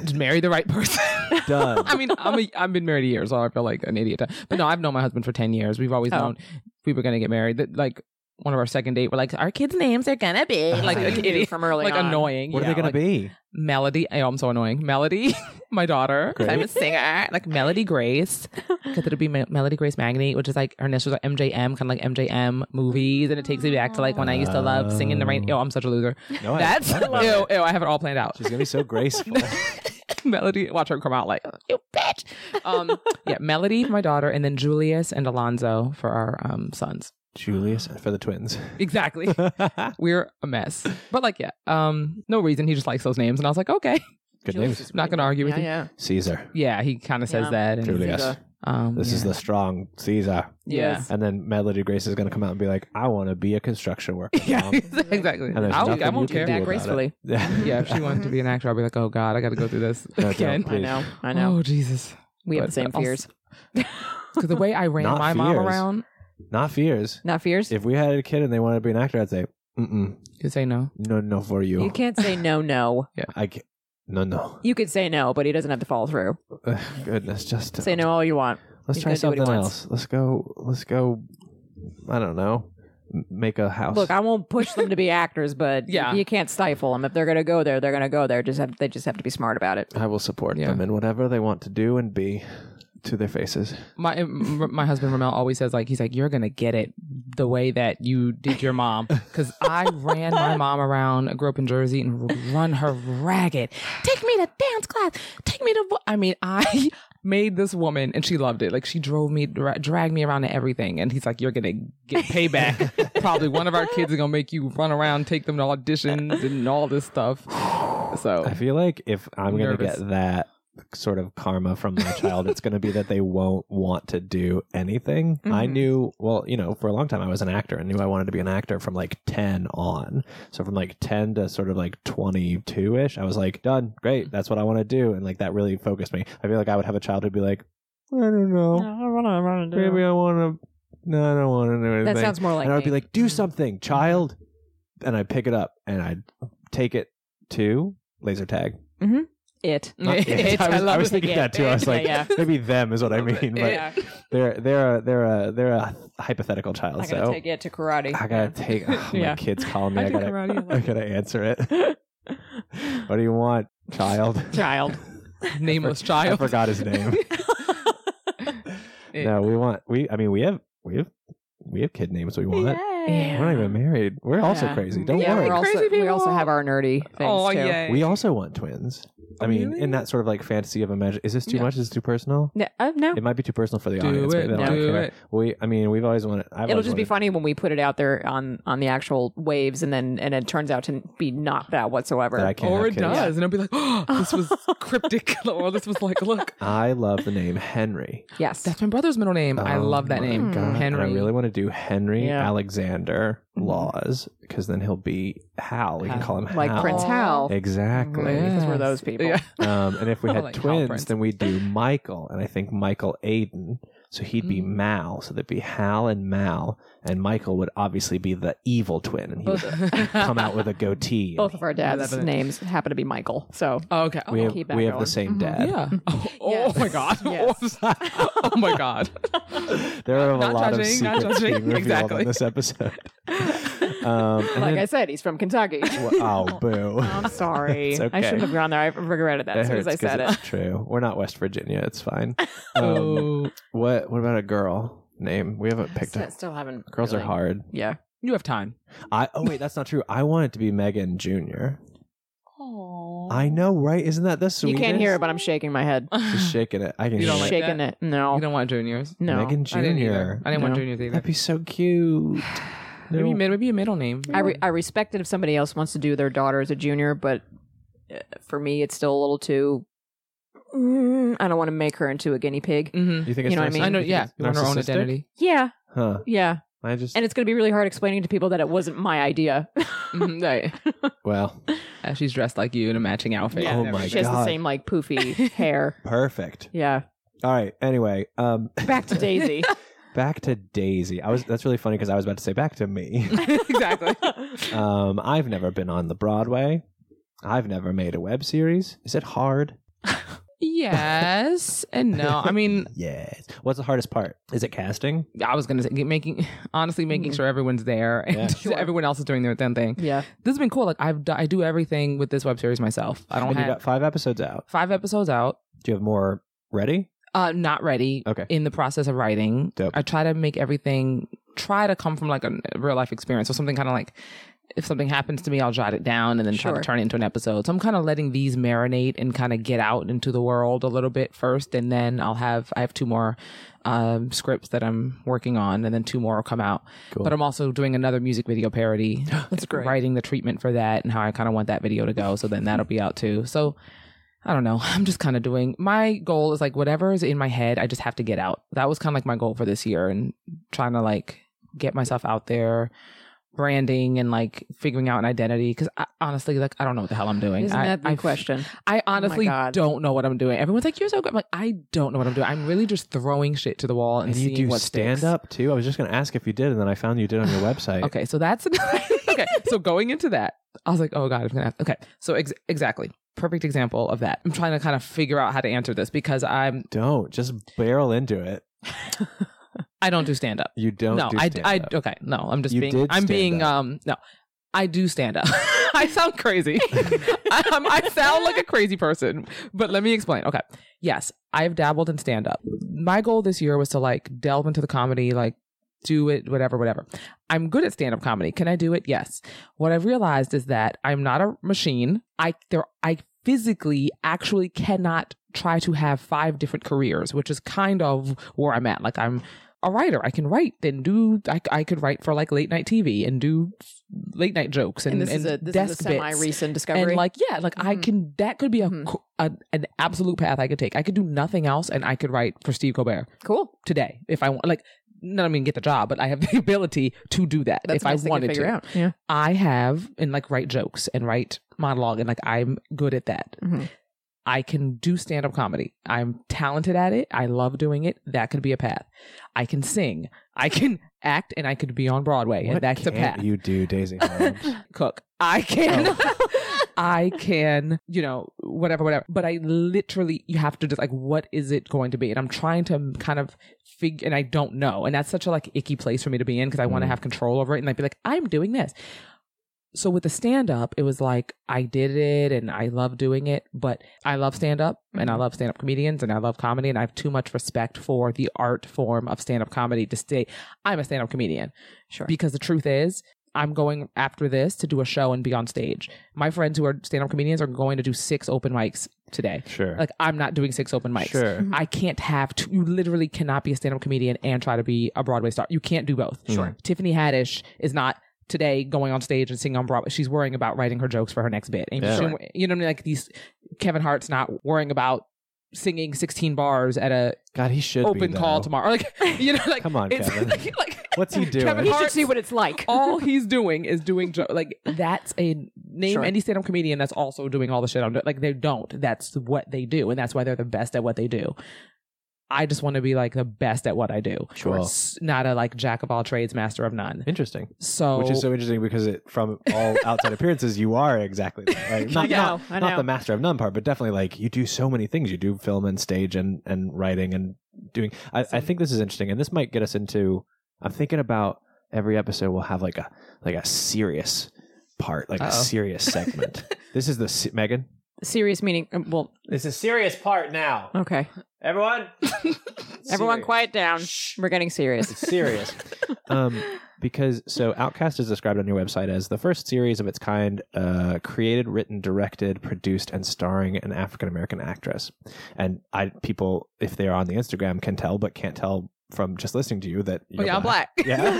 S3: Just marry the right person.
S1: Done.
S3: [LAUGHS] I mean, I'm a, I've been married a year, so I feel like an idiot. But no, I've known my husband for 10 years. We've always
S2: Oh.
S3: known we were going to get married. That Like, one of our second date, we're like, our kids' names are going to
S1: [LAUGHS]
S3: be like,
S2: You
S3: like,
S2: knew
S3: idiot,
S2: from early
S3: like
S2: on.
S3: annoying.
S1: what are
S3: Yeah,
S1: they gonna
S3: like-
S1: be?
S3: Melody. Oh, I'm so annoying. Melody, [LAUGHS] my daughter. 'cause I'm a singer. Like
S2: [LAUGHS]
S3: Melody Grace. Because it'll be Me- Melody Grace Magni, which is like her initials are MJM, kind of like MJM movies. And it takes me back to like when I used to love singing the rain. Oh, I'm such a loser.
S1: No, I
S3: That's,
S1: thought
S3: [LAUGHS] ew,
S1: about
S3: ew,
S1: it.
S3: I have it all planned out.
S1: She's gonna be so
S3: [LAUGHS]
S1: graceful.
S3: Melody, watch her come out like, you bitch.
S2: [LAUGHS]
S3: Um, yeah, Melody for my daughter, and then Julius and Alonzo for our um, sons.
S1: Julius for the
S3: [LAUGHS]
S1: twins.
S3: Exactly.
S1: Good
S3: We're a mess. But like, yeah, um, no reason. He just likes those names. And I was like, okay,
S1: names.
S3: not going to argue with
S2: Yeah,
S3: you.
S2: yeah.
S1: Caesar.
S3: Yeah, he kind of says
S2: Yeah.
S3: that. And,
S1: Julius.
S3: Um,
S1: This is
S3: yeah.
S1: the strong Caesar.
S3: yeah.
S1: And then Melody Grace is gonna come out and be like, "I want to be a construction worker."
S3: [LAUGHS] Yeah,
S1: Mom.
S3: exactly.
S1: And there's
S3: I'll-
S1: nothing
S3: I
S1: you can
S3: won't
S1: do
S3: care.
S1: about
S2: Back
S1: it.
S2: gracefully.
S1: Yeah.
S3: Yeah, if she wanted to be an actor, I'll be like, oh God, I got to go through this
S1: No, don't,
S3: again.
S2: I
S1: please.
S2: know. I know.
S3: Oh Jesus,
S2: we have
S3: but
S2: the same
S3: I'll-
S2: fears.
S3: because the way I ran
S1: Not
S3: my mom
S1: fears.
S3: around,
S1: [LAUGHS] Not fears.
S2: Not fears.
S1: If we had a kid and they wanted to be an actor, I'd say, "Mm-mm,
S3: you say no.
S1: no, no for you."
S2: You can't say no, no.
S1: I can't. No, no.
S2: You could say no, but he doesn't have to follow through.
S1: Ugh, goodness, just
S2: Say no all you want.
S1: Let's
S2: He's
S1: try
S2: gonna do what he
S1: something
S2: wants.
S1: else. Let's go. Let's go. I don't know. M- Make a house.
S2: Look, I won't push them to be actors, but
S3: Yeah.
S2: yeah. you can't stifle them. If they're going to go there, they're going to go there. Just have, they just have to be smart about it.
S1: I will support
S3: Yeah.
S1: them in whatever they want to do and be to their faces.
S3: My m- my husband Ramel always says like he's like you're gonna get it the way that you did
S1: [LAUGHS]
S3: your mom because I ran my mom around. I grew up in Jersey and r- run her ragged. Take me to dance class. Take me to. vo-" I mean, I [LAUGHS] made this woman and she loved it. Like she drove me, dra- dragged me around to everything. And he's like, you're gonna get
S1: [LAUGHS]
S3: payback. Probably one of our kids is gonna make you run around, take them to auditions and all this stuff. So
S1: I feel like if I'm going to
S3: Nervous.
S1: get that sort of karma from my child, it's going to be that they won't want to do anything. I
S3: Mm-hmm.
S2: Mhm.
S1: knew, well, you know, for a long time I was an actor and knew I wanted to be an actor from like 10 on. So from like 10 to sort of like 22 ish, I was like, done, great, that's what I want to do. And like that really focused me. I feel like I would have a child who'd be like, I don't know, maybe I want to, no, I don't want to do anything.
S2: That sounds more like
S1: and I would be
S2: me.
S1: like, mm-hmm. do something, child. And I'd pick it up and I'd take it to laser [LAUGHS] tag.
S2: [LAUGHS] it.
S1: Not it. I was, I was thinking that too. I was like,
S2: yeah.
S1: [LAUGHS] maybe them
S2: [LAUGHS]
S1: is what I mean. But
S2: yeah.
S1: they're they're a, they're a they're a hypothetical child.
S2: I gotta
S1: so
S2: take it to karate.
S1: I gotta take. Oh, My
S2: Yeah.
S1: kids calling me. I,
S3: I did
S1: gotta
S3: karate, I love
S1: [LAUGHS] I gotta answer
S2: [LAUGHS]
S1: it. what do you want, child?
S2: child.
S1: [LAUGHS]
S3: nameless
S1: I
S3: child.
S1: forgot his
S2: [LAUGHS]
S1: name. [LAUGHS]
S3: It-
S1: no, we want we. I mean, we have we have we have kid names we want.
S2: Yeah.
S1: We're not even married. We're also
S2: Yeah.
S1: crazy. Don't
S2: yeah,
S1: worry.
S2: we're also,
S3: Crazy
S2: we also
S3: people.
S2: have our nerdy things
S3: Oh
S2: too.
S3: yeah.
S1: we also want twins. I mean, in that sort of like fantasy of imagine, is this too much? Is this too personal?
S2: No, uh, no.
S1: It might be too personal for the
S3: Do
S1: audience.
S3: it,
S1: Maybe they don't
S3: do
S1: care.
S3: it.
S1: We, I mean, we've always wanted. I've
S2: It'll
S1: always
S2: just be
S1: wanted-
S2: funny when we put it out there on on the actual waves, and then and it turns out to be not that whatsoever.
S1: that I can't
S3: Or
S1: have
S3: it
S1: kids.
S3: does, and it'll be like, [GASPS] oh, this was cryptic, [LAUGHS] or this was like, look,
S1: I love the name Henry.
S2: yes,
S3: that's my brother's middle name. Um, I
S1: Oh
S3: love that
S1: my
S3: name,
S1: God.
S3: Henry.
S1: And I really want to do Henry
S2: Yeah. Mm-hmm.
S1: Alexander Laws because then he'll be Hal. We can
S3: Hal.
S1: call him
S2: like
S1: Hal.
S2: Prince Hal.
S1: Exactly.
S3: Yeah.
S2: Because we're
S3: Yes.
S2: those people.
S3: Yeah.
S1: Um, and if we had
S3: Like Hal
S1: twins,
S3: Prince.
S1: then we'd do Michael, and I think Michael Aiden. So he'd be Mal. So there'd be Hal and Mal, and Michael would obviously be the evil twin, and he would [LAUGHS] come
S3: [LAUGHS]
S1: out with a goatee.
S2: Both of our dads'
S3: Eleven.
S2: names happen to be Michael. So
S3: Oh, Okay.
S1: we have,
S2: keep that
S1: we have the
S2: going.
S1: same dad.
S3: yeah. Oh, oh
S2: Yes.
S3: my god. [LAUGHS]
S2: Yes.
S3: oh my
S1: [LAUGHS]
S3: god.
S1: There are a
S3: Not
S1: lot of
S3: judging, not
S1: secrets
S3: judging.
S1: being revealed
S3: Exactly.
S1: in this episode. [LAUGHS] Um, and
S2: like
S1: then-
S2: I said, he's
S1: [LAUGHS]
S2: from Kentucky.
S1: oh, boo.
S2: I'm sorry.
S1: It's
S2: I shouldn't
S1: okay.
S2: have gone there. I regretted that as soon as I
S1: 'cause [LAUGHS]
S2: said it.
S1: it's true. We're not West Virginia. It's fine. Um,
S3: Oh,
S1: what What about a girl name? We haven't picked
S2: Still-
S1: up.
S2: Still haven't.
S1: Girls are
S2: really-
S1: hard.
S2: Yeah.
S3: you have
S1: [LAUGHS]
S3: time.
S1: I oh wait, that's not true. I want it to be Megan Junior.
S3: Oh.
S1: I know, right? Isn't that the
S2: You
S1: sweetest?
S2: can't hear it, but I'm shaking my head.
S1: She's shaking it. I can
S3: You
S1: hear
S3: don't like
S1: it.
S2: shaking it. No.
S3: You don't want juniors.
S2: no.
S1: Megan
S3: I didn't
S1: Junior.
S3: either. I didn't want
S2: No.
S3: juniors either.
S1: That'd be so cute.
S3: [SIGHS] Maybe,
S1: No.
S3: mid, maybe a middle name.
S2: I, re- I respect it if somebody else wants to do their daughter as a junior, but uh, for me, it's still a little too. Mm, I don't want to make her into a guinea pig.
S3: mm-hmm.
S1: you think it's
S2: You know what I mean?
S1: narcissistic?
S3: I know.
S1: You
S3: Yeah. You
S1: think
S3: want
S1: it's
S3: her
S1: narcissistic? [LAUGHS]
S3: own identity.
S2: Yeah,
S1: Huh?
S2: yeah,
S1: I just
S2: and it's going to be really hard explaining to people that it wasn't my [LAUGHS] idea.
S3: Mhm,
S1: [LAUGHS]
S3: right.
S1: well,
S3: And she's dressed like you in a matching outfit.
S1: Yeah. Oh my
S2: [LAUGHS] she has the
S1: God.
S2: same like [LAUGHS] poofy hair.
S1: perfect.
S2: Yeah,
S1: All right. Anyway, um, [LAUGHS]
S2: back to Daisy.
S1: back to Daisy. I was. That's really funny because I was about to say back to
S2: [LAUGHS]
S1: me.
S3: exactly.
S1: Um, I've never been on the Broadway. I've never made a web series. Is it hard?
S3: Yes and no. I mean,
S1: Yes. What's the hardest part? Is it casting?
S3: I was gonna say making [LAUGHS] honestly making sure everyone's there and
S1: Mm-hmm.
S3: [LAUGHS]
S1: Yeah.
S3: everyone else is doing their own thing.
S2: [LAUGHS] yeah,
S3: This has been cool. Like I've do, I do everything with this web series myself. I don't
S1: And you
S3: have
S1: got five episodes out.
S3: five episodes out.
S1: Do you have more ready?
S3: Uh, not ready.
S1: Okay.
S3: In the process of writing,
S1: Dope.
S3: I try to make everything try to come from like a real life experience. So something kind of like if something happens to me, I'll jot it down and then try
S2: Sure.
S3: to turn it into an episode. So I'm kind of letting these marinate and kind of get out into the world a little bit first, and then I'll have I have two more um, scripts that I'm working on, and then two more will come out. But I'm also doing another music video parody. That's great. Writing the treatment for that and how I kind of want that video to go. So then that'll be out too. So. I don't know. [LAUGHS] I'm just kind of doing my goal is like whatever is in my head, I just have to get out. That was kind of like my goal for this year and trying to like get myself out there, branding and like figuring out an identity. Cause I, honestly, like, I don't know what the hell I'm doing.
S2: isn't
S3: I,
S2: that the
S3: I-
S2: question?
S3: I honestly
S2: God.
S3: don't know what I'm doing. Everyone's like, you're so good. I'm like, I don't know what I'm doing. I'm really just throwing shit to the wall and,
S1: And you
S3: seeing
S1: do
S3: what
S1: stand
S3: sticks.
S1: up too. I was just going to ask if you did, and then I found you did on your
S3: [SIGHS]
S1: website.
S3: Okay, so that's [LAUGHS] okay. So going into that, I was like, oh god, I'm gonna have okay. So ex- exactly, perfect example of that. I'm trying to kind of figure out how to answer this because I'm
S1: Don't just barrel into it.
S3: I don't do stand up.
S1: You don't.
S3: no,
S1: do
S3: I,
S1: stand
S3: I
S1: up.
S3: okay. No, I'm just
S1: You
S3: being
S1: did
S3: I'm
S1: stand
S3: being
S1: up.
S3: um no. I do stand up. [LAUGHS] I
S1: [LAUGHS]
S3: sound crazy. I, um, I sound like a crazy person, but let me explain. Okay. Yes, I've dabbled in stand up. My goal this year was to like delve into the comedy, like do it, whatever, whatever. I'm good at stand up comedy. Can I do it? Yes. What I've realized is that I'm not a machine. I there I physically actually cannot try to have five different careers, which is kind of where I'm at. Like I'm a writer. I can write and do. I, I could write for like late night TV and do late night jokes and,
S2: And, this is a Mm-hmm. this is a
S3: desk
S2: semi
S3: bits.
S2: recent discovery.
S3: And like, yeah, like I can. That could be a,
S2: Mm-hmm.
S3: co- a an absolute path I could take. I could do nothing else, and I could write for Steve Colbert
S2: cool.
S3: today if I want. Like, not I mean get the job, but I have [LAUGHS] the ability to do that
S2: That's
S3: if
S2: a nice
S3: I
S2: thing
S3: wanted
S2: to figure out. Yeah. [LAUGHS]
S3: I have and like write jokes and write monologue and like I'm good at that.
S2: Mhm.
S3: I can do stand up comedy. I'm talented at it. I love doing it. That could be a path. I can sing. I can act and I could be on Broadway
S1: What
S3: and that's a
S1: can't
S3: path.
S1: You do,
S3: [LAUGHS]
S1: Daisy Holmes.
S3: Cook. I
S2: Oh.
S3: can
S2: [LAUGHS]
S3: I can, you know, whatever whatever. But I literally you have to just like what is it going to be? And I'm trying to kind of figure and I don't know. And that's such a like icky place for me to be in because I want to have control over it and like be like I'm doing this so with the stand up, it was like I did it and I love doing it, but I love stand up and I love stand up comedians and I love comedy and I have too much respect for the art form of stand up comedy to say I'm a stand up comedian.
S2: Sure.
S3: Because the truth is, I'm going after this to do a show and be on stage. My friends who are stand up comedians are going to do six open mics today.
S1: Sure.
S3: Like I'm not doing six open mics.
S1: Sure. Mhm.
S3: I can't have two, you literally cannot be a stand up comedian and try to be a Broadway star. You can't do both.
S1: Mm-hmm.
S3: Sure. Tiffany Haddish is not today going on stage and singing on Broadway. She's worrying about writing her jokes for her next bit. Amy
S1: Yeah.
S3: Schumer- you know what I mean? Like these Kevin Hart's not worrying about singing 16 bars at a
S1: God, he should
S3: open
S1: be,
S3: call
S1: though.
S3: tomorrow. [LAUGHS] Like you know like
S1: Come on,
S3: it's
S1: Kevin.
S3: like, like-
S1: What's he doing?
S3: [LAUGHS] Kevin
S2: You
S3: Hart-
S2: should see what it's like.
S3: all he's doing is doing jo- like that's a name
S2: Sure.
S3: any stand-up comedian that's also doing all the shit I'm doing. Like they don't. That's what they do, and that's why they're the best at what they do. I just want to be like the best at what I do.
S1: Sure.
S3: S- not a like jack of all trades, master of none.
S1: Interesting.
S3: So oh,
S1: Which is so interesting because it, from all outside appearances, you are exactly that.
S2: [LAUGHS]
S1: Right? Not,
S2: I know,
S1: not,
S2: I
S1: not
S2: know.
S1: the master of none part, but definitely like you do so many things. You do film and stage and, and writing and doing. I, I think this is interesting, and this might get us into. I'm thinking about every episode will have like a like a serious part, like
S3: Uh-oh.
S1: a serious [LAUGHS] segment. this is the se- Megan.
S2: Serious meaning. um, Well,
S1: It's a serious part now.
S2: okay. [LAUGHS]
S1: Everyone,
S2: Everyone, quiet down. We're getting serious.
S1: It's serious. [LAUGHS] um, because so Outcast is described on your website as the first series of its kind, uh, created, written, directed, produced, and starring an African American actress. And I people, if they are on the Instagram, can tell, but can't tell from just listening to you that
S3: oh
S1: you're
S3: yeah, I'm black. [LAUGHS]
S1: [LAUGHS] Yeah.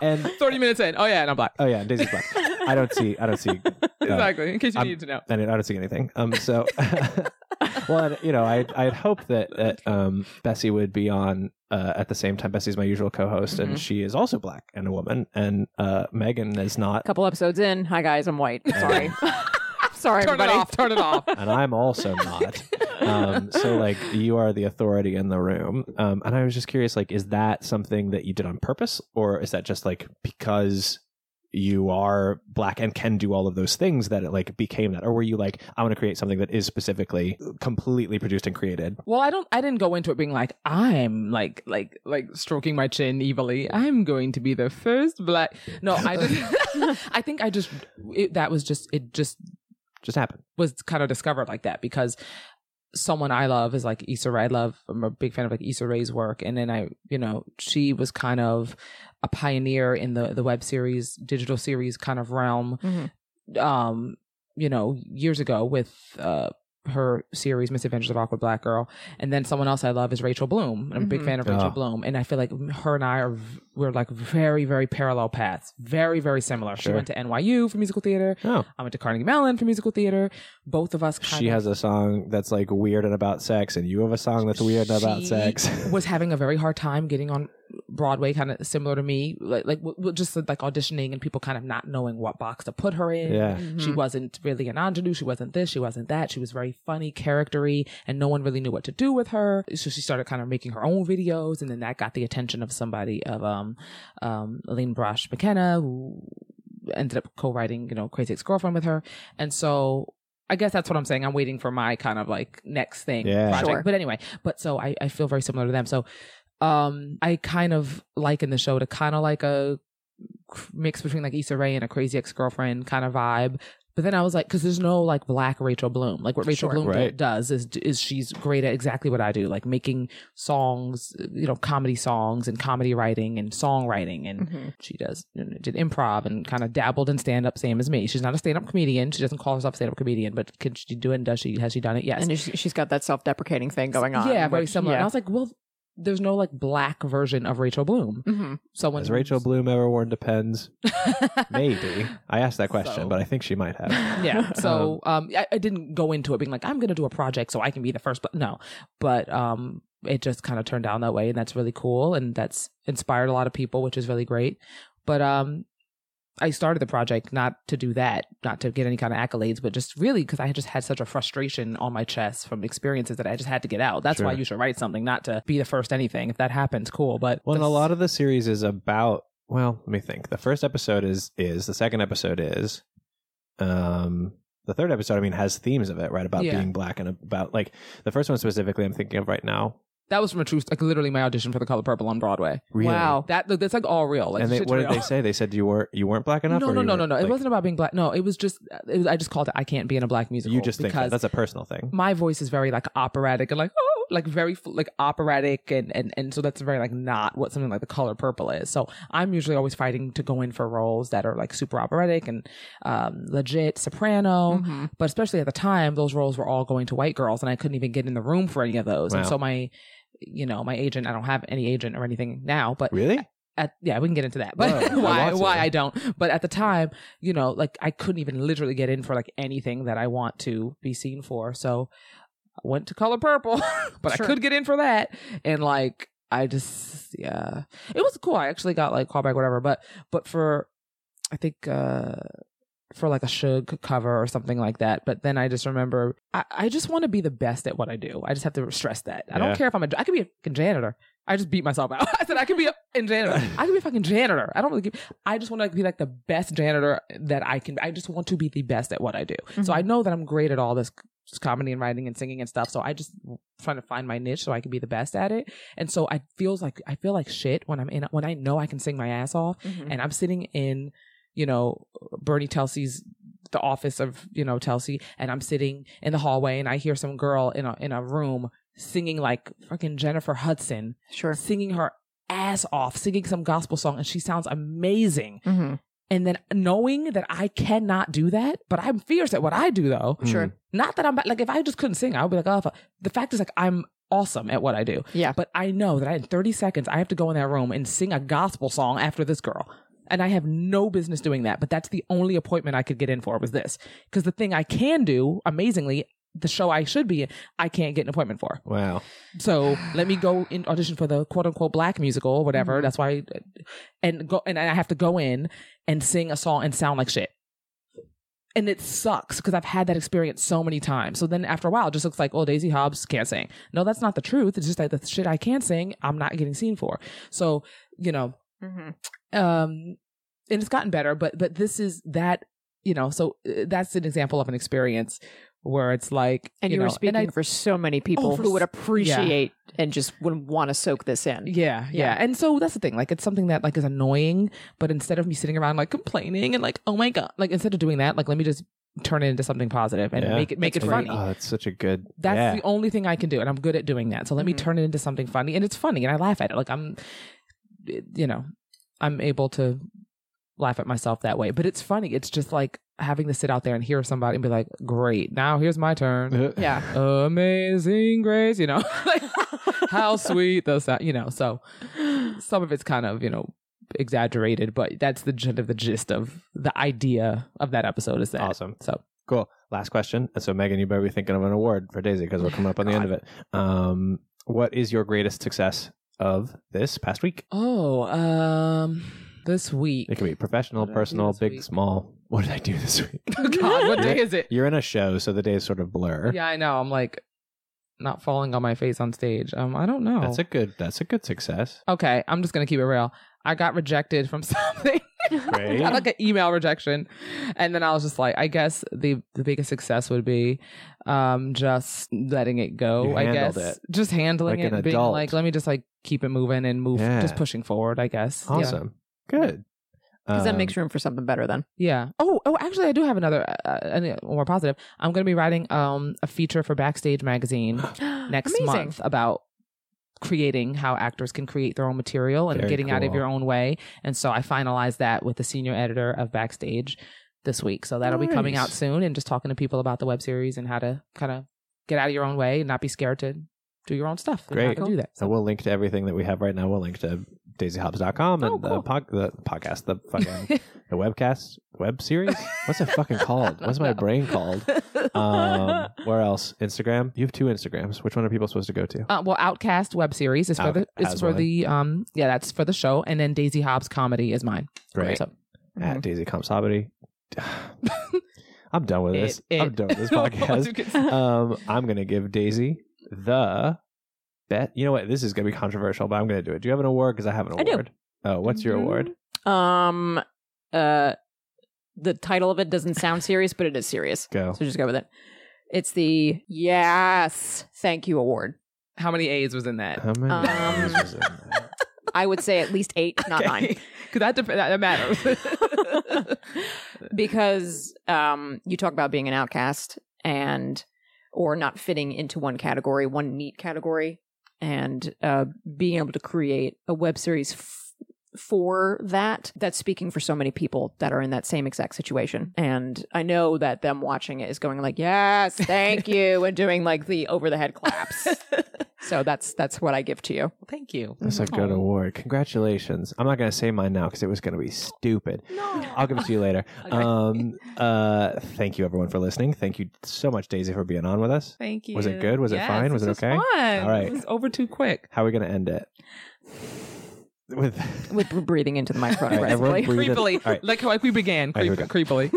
S1: and
S3: Thirty minutes in. Oh yeah, and I'm black.
S1: oh yeah, and Daisy's black. I don't see. I don't
S3: [LAUGHS]
S1: see. uh,
S3: Exactly. In case you
S1: I'm-
S3: needed to know.
S1: I didn't, I don't see anything. Um, so, [LAUGHS] well, and, you know, I I had hoped that, that um, Bessie would be on uh, at the same time. Bessie's my usual co-host,
S3: Mhm.
S1: and she is also black and a woman, and uh, Megan is not,
S2: [LAUGHS] couple episodes in. Hi guys, I'm white. Sorry.
S3: [LAUGHS]
S2: [LAUGHS] I'm sorry,
S3: Turn
S2: everybody.
S3: it off. Turn it off.
S1: and I'm also not. Um, so, like, you are the authority in the room, um, and I was just curious, like, is that something that you did on purpose, or is that just like because? you are black and can do all of those things that it like became that or were you like i want to create something that is specifically completely produced and created
S3: Well, I don't. I didn't go into it being like I'm like like like stroking my chin evilly. I'm going to be the first black. No, I just. I think I just it, that was just it just
S1: just happened
S3: was kind of discovered like that because someone I love is like Issa Rae. I love. I'm a big fan of like Issa Rae's work, and then I you know she was kind of a pioneer in the the web series digital series kind of realm
S2: Mhm.
S3: um, you know, years ago with uh her series Miss Adventures of Awkward Black Girl, and then someone else I love is Rachel Bloom. I'm a big
S2: Mhm.
S3: fan of Rachel
S1: Ah.
S3: Bloom, and I feel like her and I are v- we're like very very parallel paths, very very similar. She
S1: Sure.
S3: went to NYU for musical theater.
S1: oh
S3: I went to Carnegie Mellon for musical theater. Both of us kind
S1: she
S3: of
S1: has a song that's like weird and about sex, and you have a song that's weird and about
S3: she
S1: sex. [LAUGHS]
S3: was having a very hard time getting on Broadway, kind of similar to me, like like w- w- just like auditioning and people kind of not knowing what box to put her in.
S1: yeah,
S2: Mm-hmm.
S3: She wasn't really an ingenue. She wasn't this. She wasn't that. She was very funny, charactery, and no one really knew what to do with her. So she started kind of making her own videos, and then that got the attention of somebody of um, um, Elaine Brosh McKenna, who ended up co-writing, you know, Crazy Ex-Girlfriend with her. And so I guess that's what I'm saying. I'm waiting for my kind of like next thing
S1: Yeah.
S3: project.
S2: Sure.
S3: But anyway, but so I, I feel very similar to them. So um, I kind of liken the show to kind of like a mix between like Issa Rae and a Crazy Ex-Girlfriend kind of vibe. But then I was like, because there's no like black Rachel Bloom. Like what Rachel
S2: Sure.
S3: Bloom do-
S1: Right.
S3: does is is she's great at exactly what I do, like making songs, you know, comedy songs and comedy writing and songwriting and
S2: Mhm.
S3: she does did improv and kind of dabbled in stand up, same as me. She's not a stand up comedian. She doesn't call herself a stand up comedian, but can she do it? And does she has she done it? Yes.
S2: And she- she's got that self-deprecating thing going on.
S3: yeah, very
S2: which-
S3: similar. And I
S2: yeah.
S3: was like, well, there's no like black version of Rachel Bloom.
S2: Mhm.
S3: Someone
S1: has Rachel Bloom ever worn
S3: [LAUGHS]
S1: depends? Maybe I asked that question,
S3: So-
S1: but I think she might
S3: [LAUGHS]
S1: have. [LAUGHS]
S3: yeah. So um, I, I didn't go into it being like, I'm going to do a project so I can be the first. But no, but um, it just kind of turned down that way, and that's really cool, and that's inspired a lot of people, which is really great. But um, I started the project not to do that, not to get any kind of accolades, but just really because I had just had such a frustration on my chest from experiences that I just had to get out. That's why
S1: Sure.
S3: you should write something, not to be the first anything. If that happens, cool. But
S1: Well, and a lot of the series is about. Well, let me think. The first episode is is the second episode is, um, the third episode. I mean, has themes of it right about
S3: Yeah.
S1: being black and about like the first one specifically. I'm thinking of right now.
S3: that was from a true, like literally my audition for The Color Purple on Broadway.
S1: Really?
S2: Wow.
S3: That that's like all real. Like
S1: and they,
S3: shit's
S1: what did
S3: real.
S1: they say? They said you weren't you weren't black enough.
S3: No,
S1: or
S3: no,
S1: you
S3: no,
S1: were,
S3: no, no. It
S1: like,
S3: wasn't about being black. No, it was just. It was, I just called it. I can't be in a black musical.
S1: You just think
S3: because
S1: that. that's a personal thing.
S3: my voice is very like operatic and like oh like very f- like operatic and and and so that's very like not what something like the color purple is. So I'm usually always fighting to go in for roles that are like super operatic and um legit
S2: Oh.
S3: soprano,
S1: Mm-hmm.
S3: but especially at the time those roles were all going to white girls and I couldn't even get in the room for any of those. And
S1: Wow.
S3: so my you know, my agent, I don't have any agent or anything now, but
S1: Really?
S3: at yeah, we can get into that. But [LAUGHS]
S1: Whoa, I
S3: why
S1: want to.
S3: why I don't. But at the time, you know, like I couldn't even literally get in for like anything that I want to be seen for. So I went to color purple, [LAUGHS] but
S2: Sure.
S3: I could get in for that. And like I just yeah. It was cool. I actually got like callback whatever, but but for I think uh for like a Suge cover or something like that. But then I just remember I, I just want to be the best at what I do. I just have to stress that. I
S1: Yeah.
S3: don't care if I'm a I could be a janitor. I just beat myself out. [LAUGHS] I said I could be a, a janitor. I could be a fucking janitor. I don't really give I just want to like, be like the best janitor that I can. I just want to be the best at what I do. So I know that I'm great at all this c- comedy and writing and singing and stuff. So I just trying to find my niche so I can be the best at it. And so I feels like I feel like shit when I'm in when I know I can sing my ass off
S2: Mm-hmm.
S3: and I'm sitting in, you know, Bernie Telsey's the office of you know Telsey, and I'm sitting in the hallway and I hear some girl in a in a room singing like fucking Jennifer Hudson,
S2: Sure.
S3: singing her ass off, singing some gospel song, and she sounds amazing.
S2: Mm-hmm.
S3: And then knowing that I cannot do that, but I'm fierce at what I do though.
S2: Sure.
S3: Not that I'm ba- like if I just couldn't sing, I would be like, oh. fuck. The fact is like I'm awesome at what I do.
S2: Yeah.
S3: But I know that I, in 30 seconds, I have to go in that room and sing a gospel song after this girl. And I have no business doing that. But that's the only appointment I could get in for was this. Because the thing I can do, amazingly, the show I should be in, I can't get an appointment for.
S1: [LAUGHS] Wow.
S3: So let me go in audition for the quote unquote black musical or whatever.
S2: Mm-hmm.
S3: That's why, and go and I have to go in and sing a song and sound like shit. And it sucks because I've had that experience so many times. So then after a while, it just looks like, oh, Daisy Hobbs can't sing. No, that's not the truth. It's just like the shit I can sing, I'm not getting seen for. So, you know,
S2: Mm-hmm.
S3: um and it's gotten better but but this is that you know so uh, that's an example of an experience where it's like
S2: And you,
S3: know,
S2: were speaking
S3: I-
S2: for so many people
S3: Oh, for
S2: who would
S3: s-
S2: appreciate and just would want to soak this in.
S3: yeah, yeah
S2: Yeah.
S3: and so that's the thing like it's something that like is annoying but instead of me sitting around like complaining and like oh my god like instead of doing that like let me just turn it into something positive and
S1: Yeah.
S3: make it make it
S1: That's great.
S3: funny
S1: Oh, that's such a good.
S3: That's
S1: yeah. Mm-hmm.
S3: the only thing I can do, and I'm good at doing that. So let me
S2: Mhm.
S3: turn it into something funny, and it's funny, and I laugh at it. Like I'm, it- you know, I'm able to laugh at myself that way. But it's funny. It's just like having to sit out there and hear somebody and be like, "Great, now here's my
S1: [LAUGHS]
S3: turn."
S1: Uh,
S2: Yeah.
S3: [LAUGHS] Amazing grace, you know, [LAUGHS] like how sweet those, sound, you know. So some of it's kind of you know exaggerated, but that's the kind of the gist of the idea of that episode is that
S1: Awesome.
S3: So
S1: Cool. Last question. And so, Megan, you better be thinking of an award for Daisy because we're coming up on the end of it. Um, what is your greatest success of this past week?
S3: oh, um, this week
S1: It can be professional,
S3: What did I do
S1: personal,
S3: this
S1: big,
S3: week?
S1: small. What did I do this week?
S3: [LAUGHS] God, what day is it?
S1: You're in a show, so the days sort of blur.
S3: Yeah, I know. I'm like not falling on my face on stage. Um, I don't know.
S1: That's a good. That's a good
S3: [LAUGHS]
S1: success.
S3: okay, I'm just gonna keep it real. I got rejected from [LAUGHS] something. I
S1: Great.
S3: got like an email rejection, and then I was just like, I guess the the biggest success would be, um, just letting it go.
S1: You
S3: I
S1: handled
S3: guess
S1: it.
S3: just handling
S1: Like
S3: it,
S1: an
S3: and being
S1: adult.
S3: like, let me just like keep it moving and move,
S1: Yeah.
S3: just pushing forward. I guess. Yeah.
S1: Awesome. Good.
S2: Because
S3: Uh,
S2: that
S1: Um,
S2: makes room for something better then.
S3: Yeah. Oh, oh, actually, I do have another, uh, uh, one more positive. I'm going to be writing um a feature for Backstage Magazine [GASPS] next
S2: Amazing.
S3: month about creating how actors can create their own material and
S1: Very
S3: getting out of
S1: cool.
S3: your own way. And so I finalized that with the senior editor of Backstage this week. So that'll be coming out
S1: Nice.
S3: soon and just talking to people about the web series and how to kind of get out of your own way and not be scared to do your own stuff. and how
S1: Great.
S3: to do that.
S1: So we'll link to everything that we have right now. We'll link to daisyhobbs.com and
S3: Oh,
S1: the,
S3: cool.
S1: pod, the podcast, the fucking
S3: [LAUGHS]
S1: the webcast, web series. What's it fucking called? What's
S3: [LAUGHS]
S1: my brain called? Um, where else? Instagram. You have two Instagrams. Which one are people supposed to go to?
S3: Uh, well, Outcast web series is for
S1: Out-
S3: the is
S1: has
S3: for
S1: one.
S3: the um yeah that's for the show, and then Daisy Hobbs comedy is mine.
S1: Great. [LAUGHS]
S3: So, Mm-hmm.
S1: At Daisy Comps [SIGHS] Hobbity. I'm done with this.
S3: [LAUGHS] It-
S1: I'm
S3: it-
S1: done with this
S3: [LAUGHS]
S1: podcast.
S2: [LAUGHS]
S1: um, I'm gonna give Daisy the bet. You know what? This is gonna be controversial, but I'm gonna do it. Do you have an award? Because I have an
S2: I do.
S1: award. Oh, what's
S3: Mm-hmm.
S1: your award?
S2: Um, uh, the title of it doesn't sound serious, but it is serious.
S1: Go.
S2: So just go with it. It's the Yes Thank You Award.
S3: How many A's was in that?
S1: How many
S2: Um,
S1: A's was in that?
S2: I would say at least eight,
S3: [LAUGHS]
S2: not nine,
S3: Because that, dep- that that matters.
S2: because um, you talk about being an outcast and or not fitting into one category, one neat category, and uh, being able to create a web series f- for that that's speaking for so many people that are in that same exact situation. And I know that them watching it is going like, "Yes, thank you," and doing like the over the head claps. so that's that's what I give to you.
S3: Thank you.
S1: That's a good award. Congratulations. I'm not going to say mine now because it was going to be stupid.
S3: No.
S1: I'll give it to you
S3: [LAUGHS]
S1: later. Um, uh, thank you, everyone, for listening. Thank you so much, Daisy, for being on with us.
S3: Thank you.
S1: Was it good? Was it
S3: Yes,
S1: fine? Was it
S3: this
S1: okay?
S3: Fun.
S1: All right.
S3: It was over too quick.
S1: How are we going to end
S3: [SIGHS]
S1: it? With [LAUGHS]
S2: With breathing into the microphone,
S1: All right, everyone
S2: aggressively.
S1: breathe in.
S3: Creepily.
S1: All right.
S3: Like how like we began.
S1: All right, here
S3: Creep, creepily.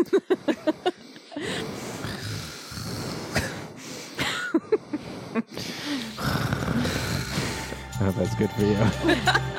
S1: I hope that's good for you.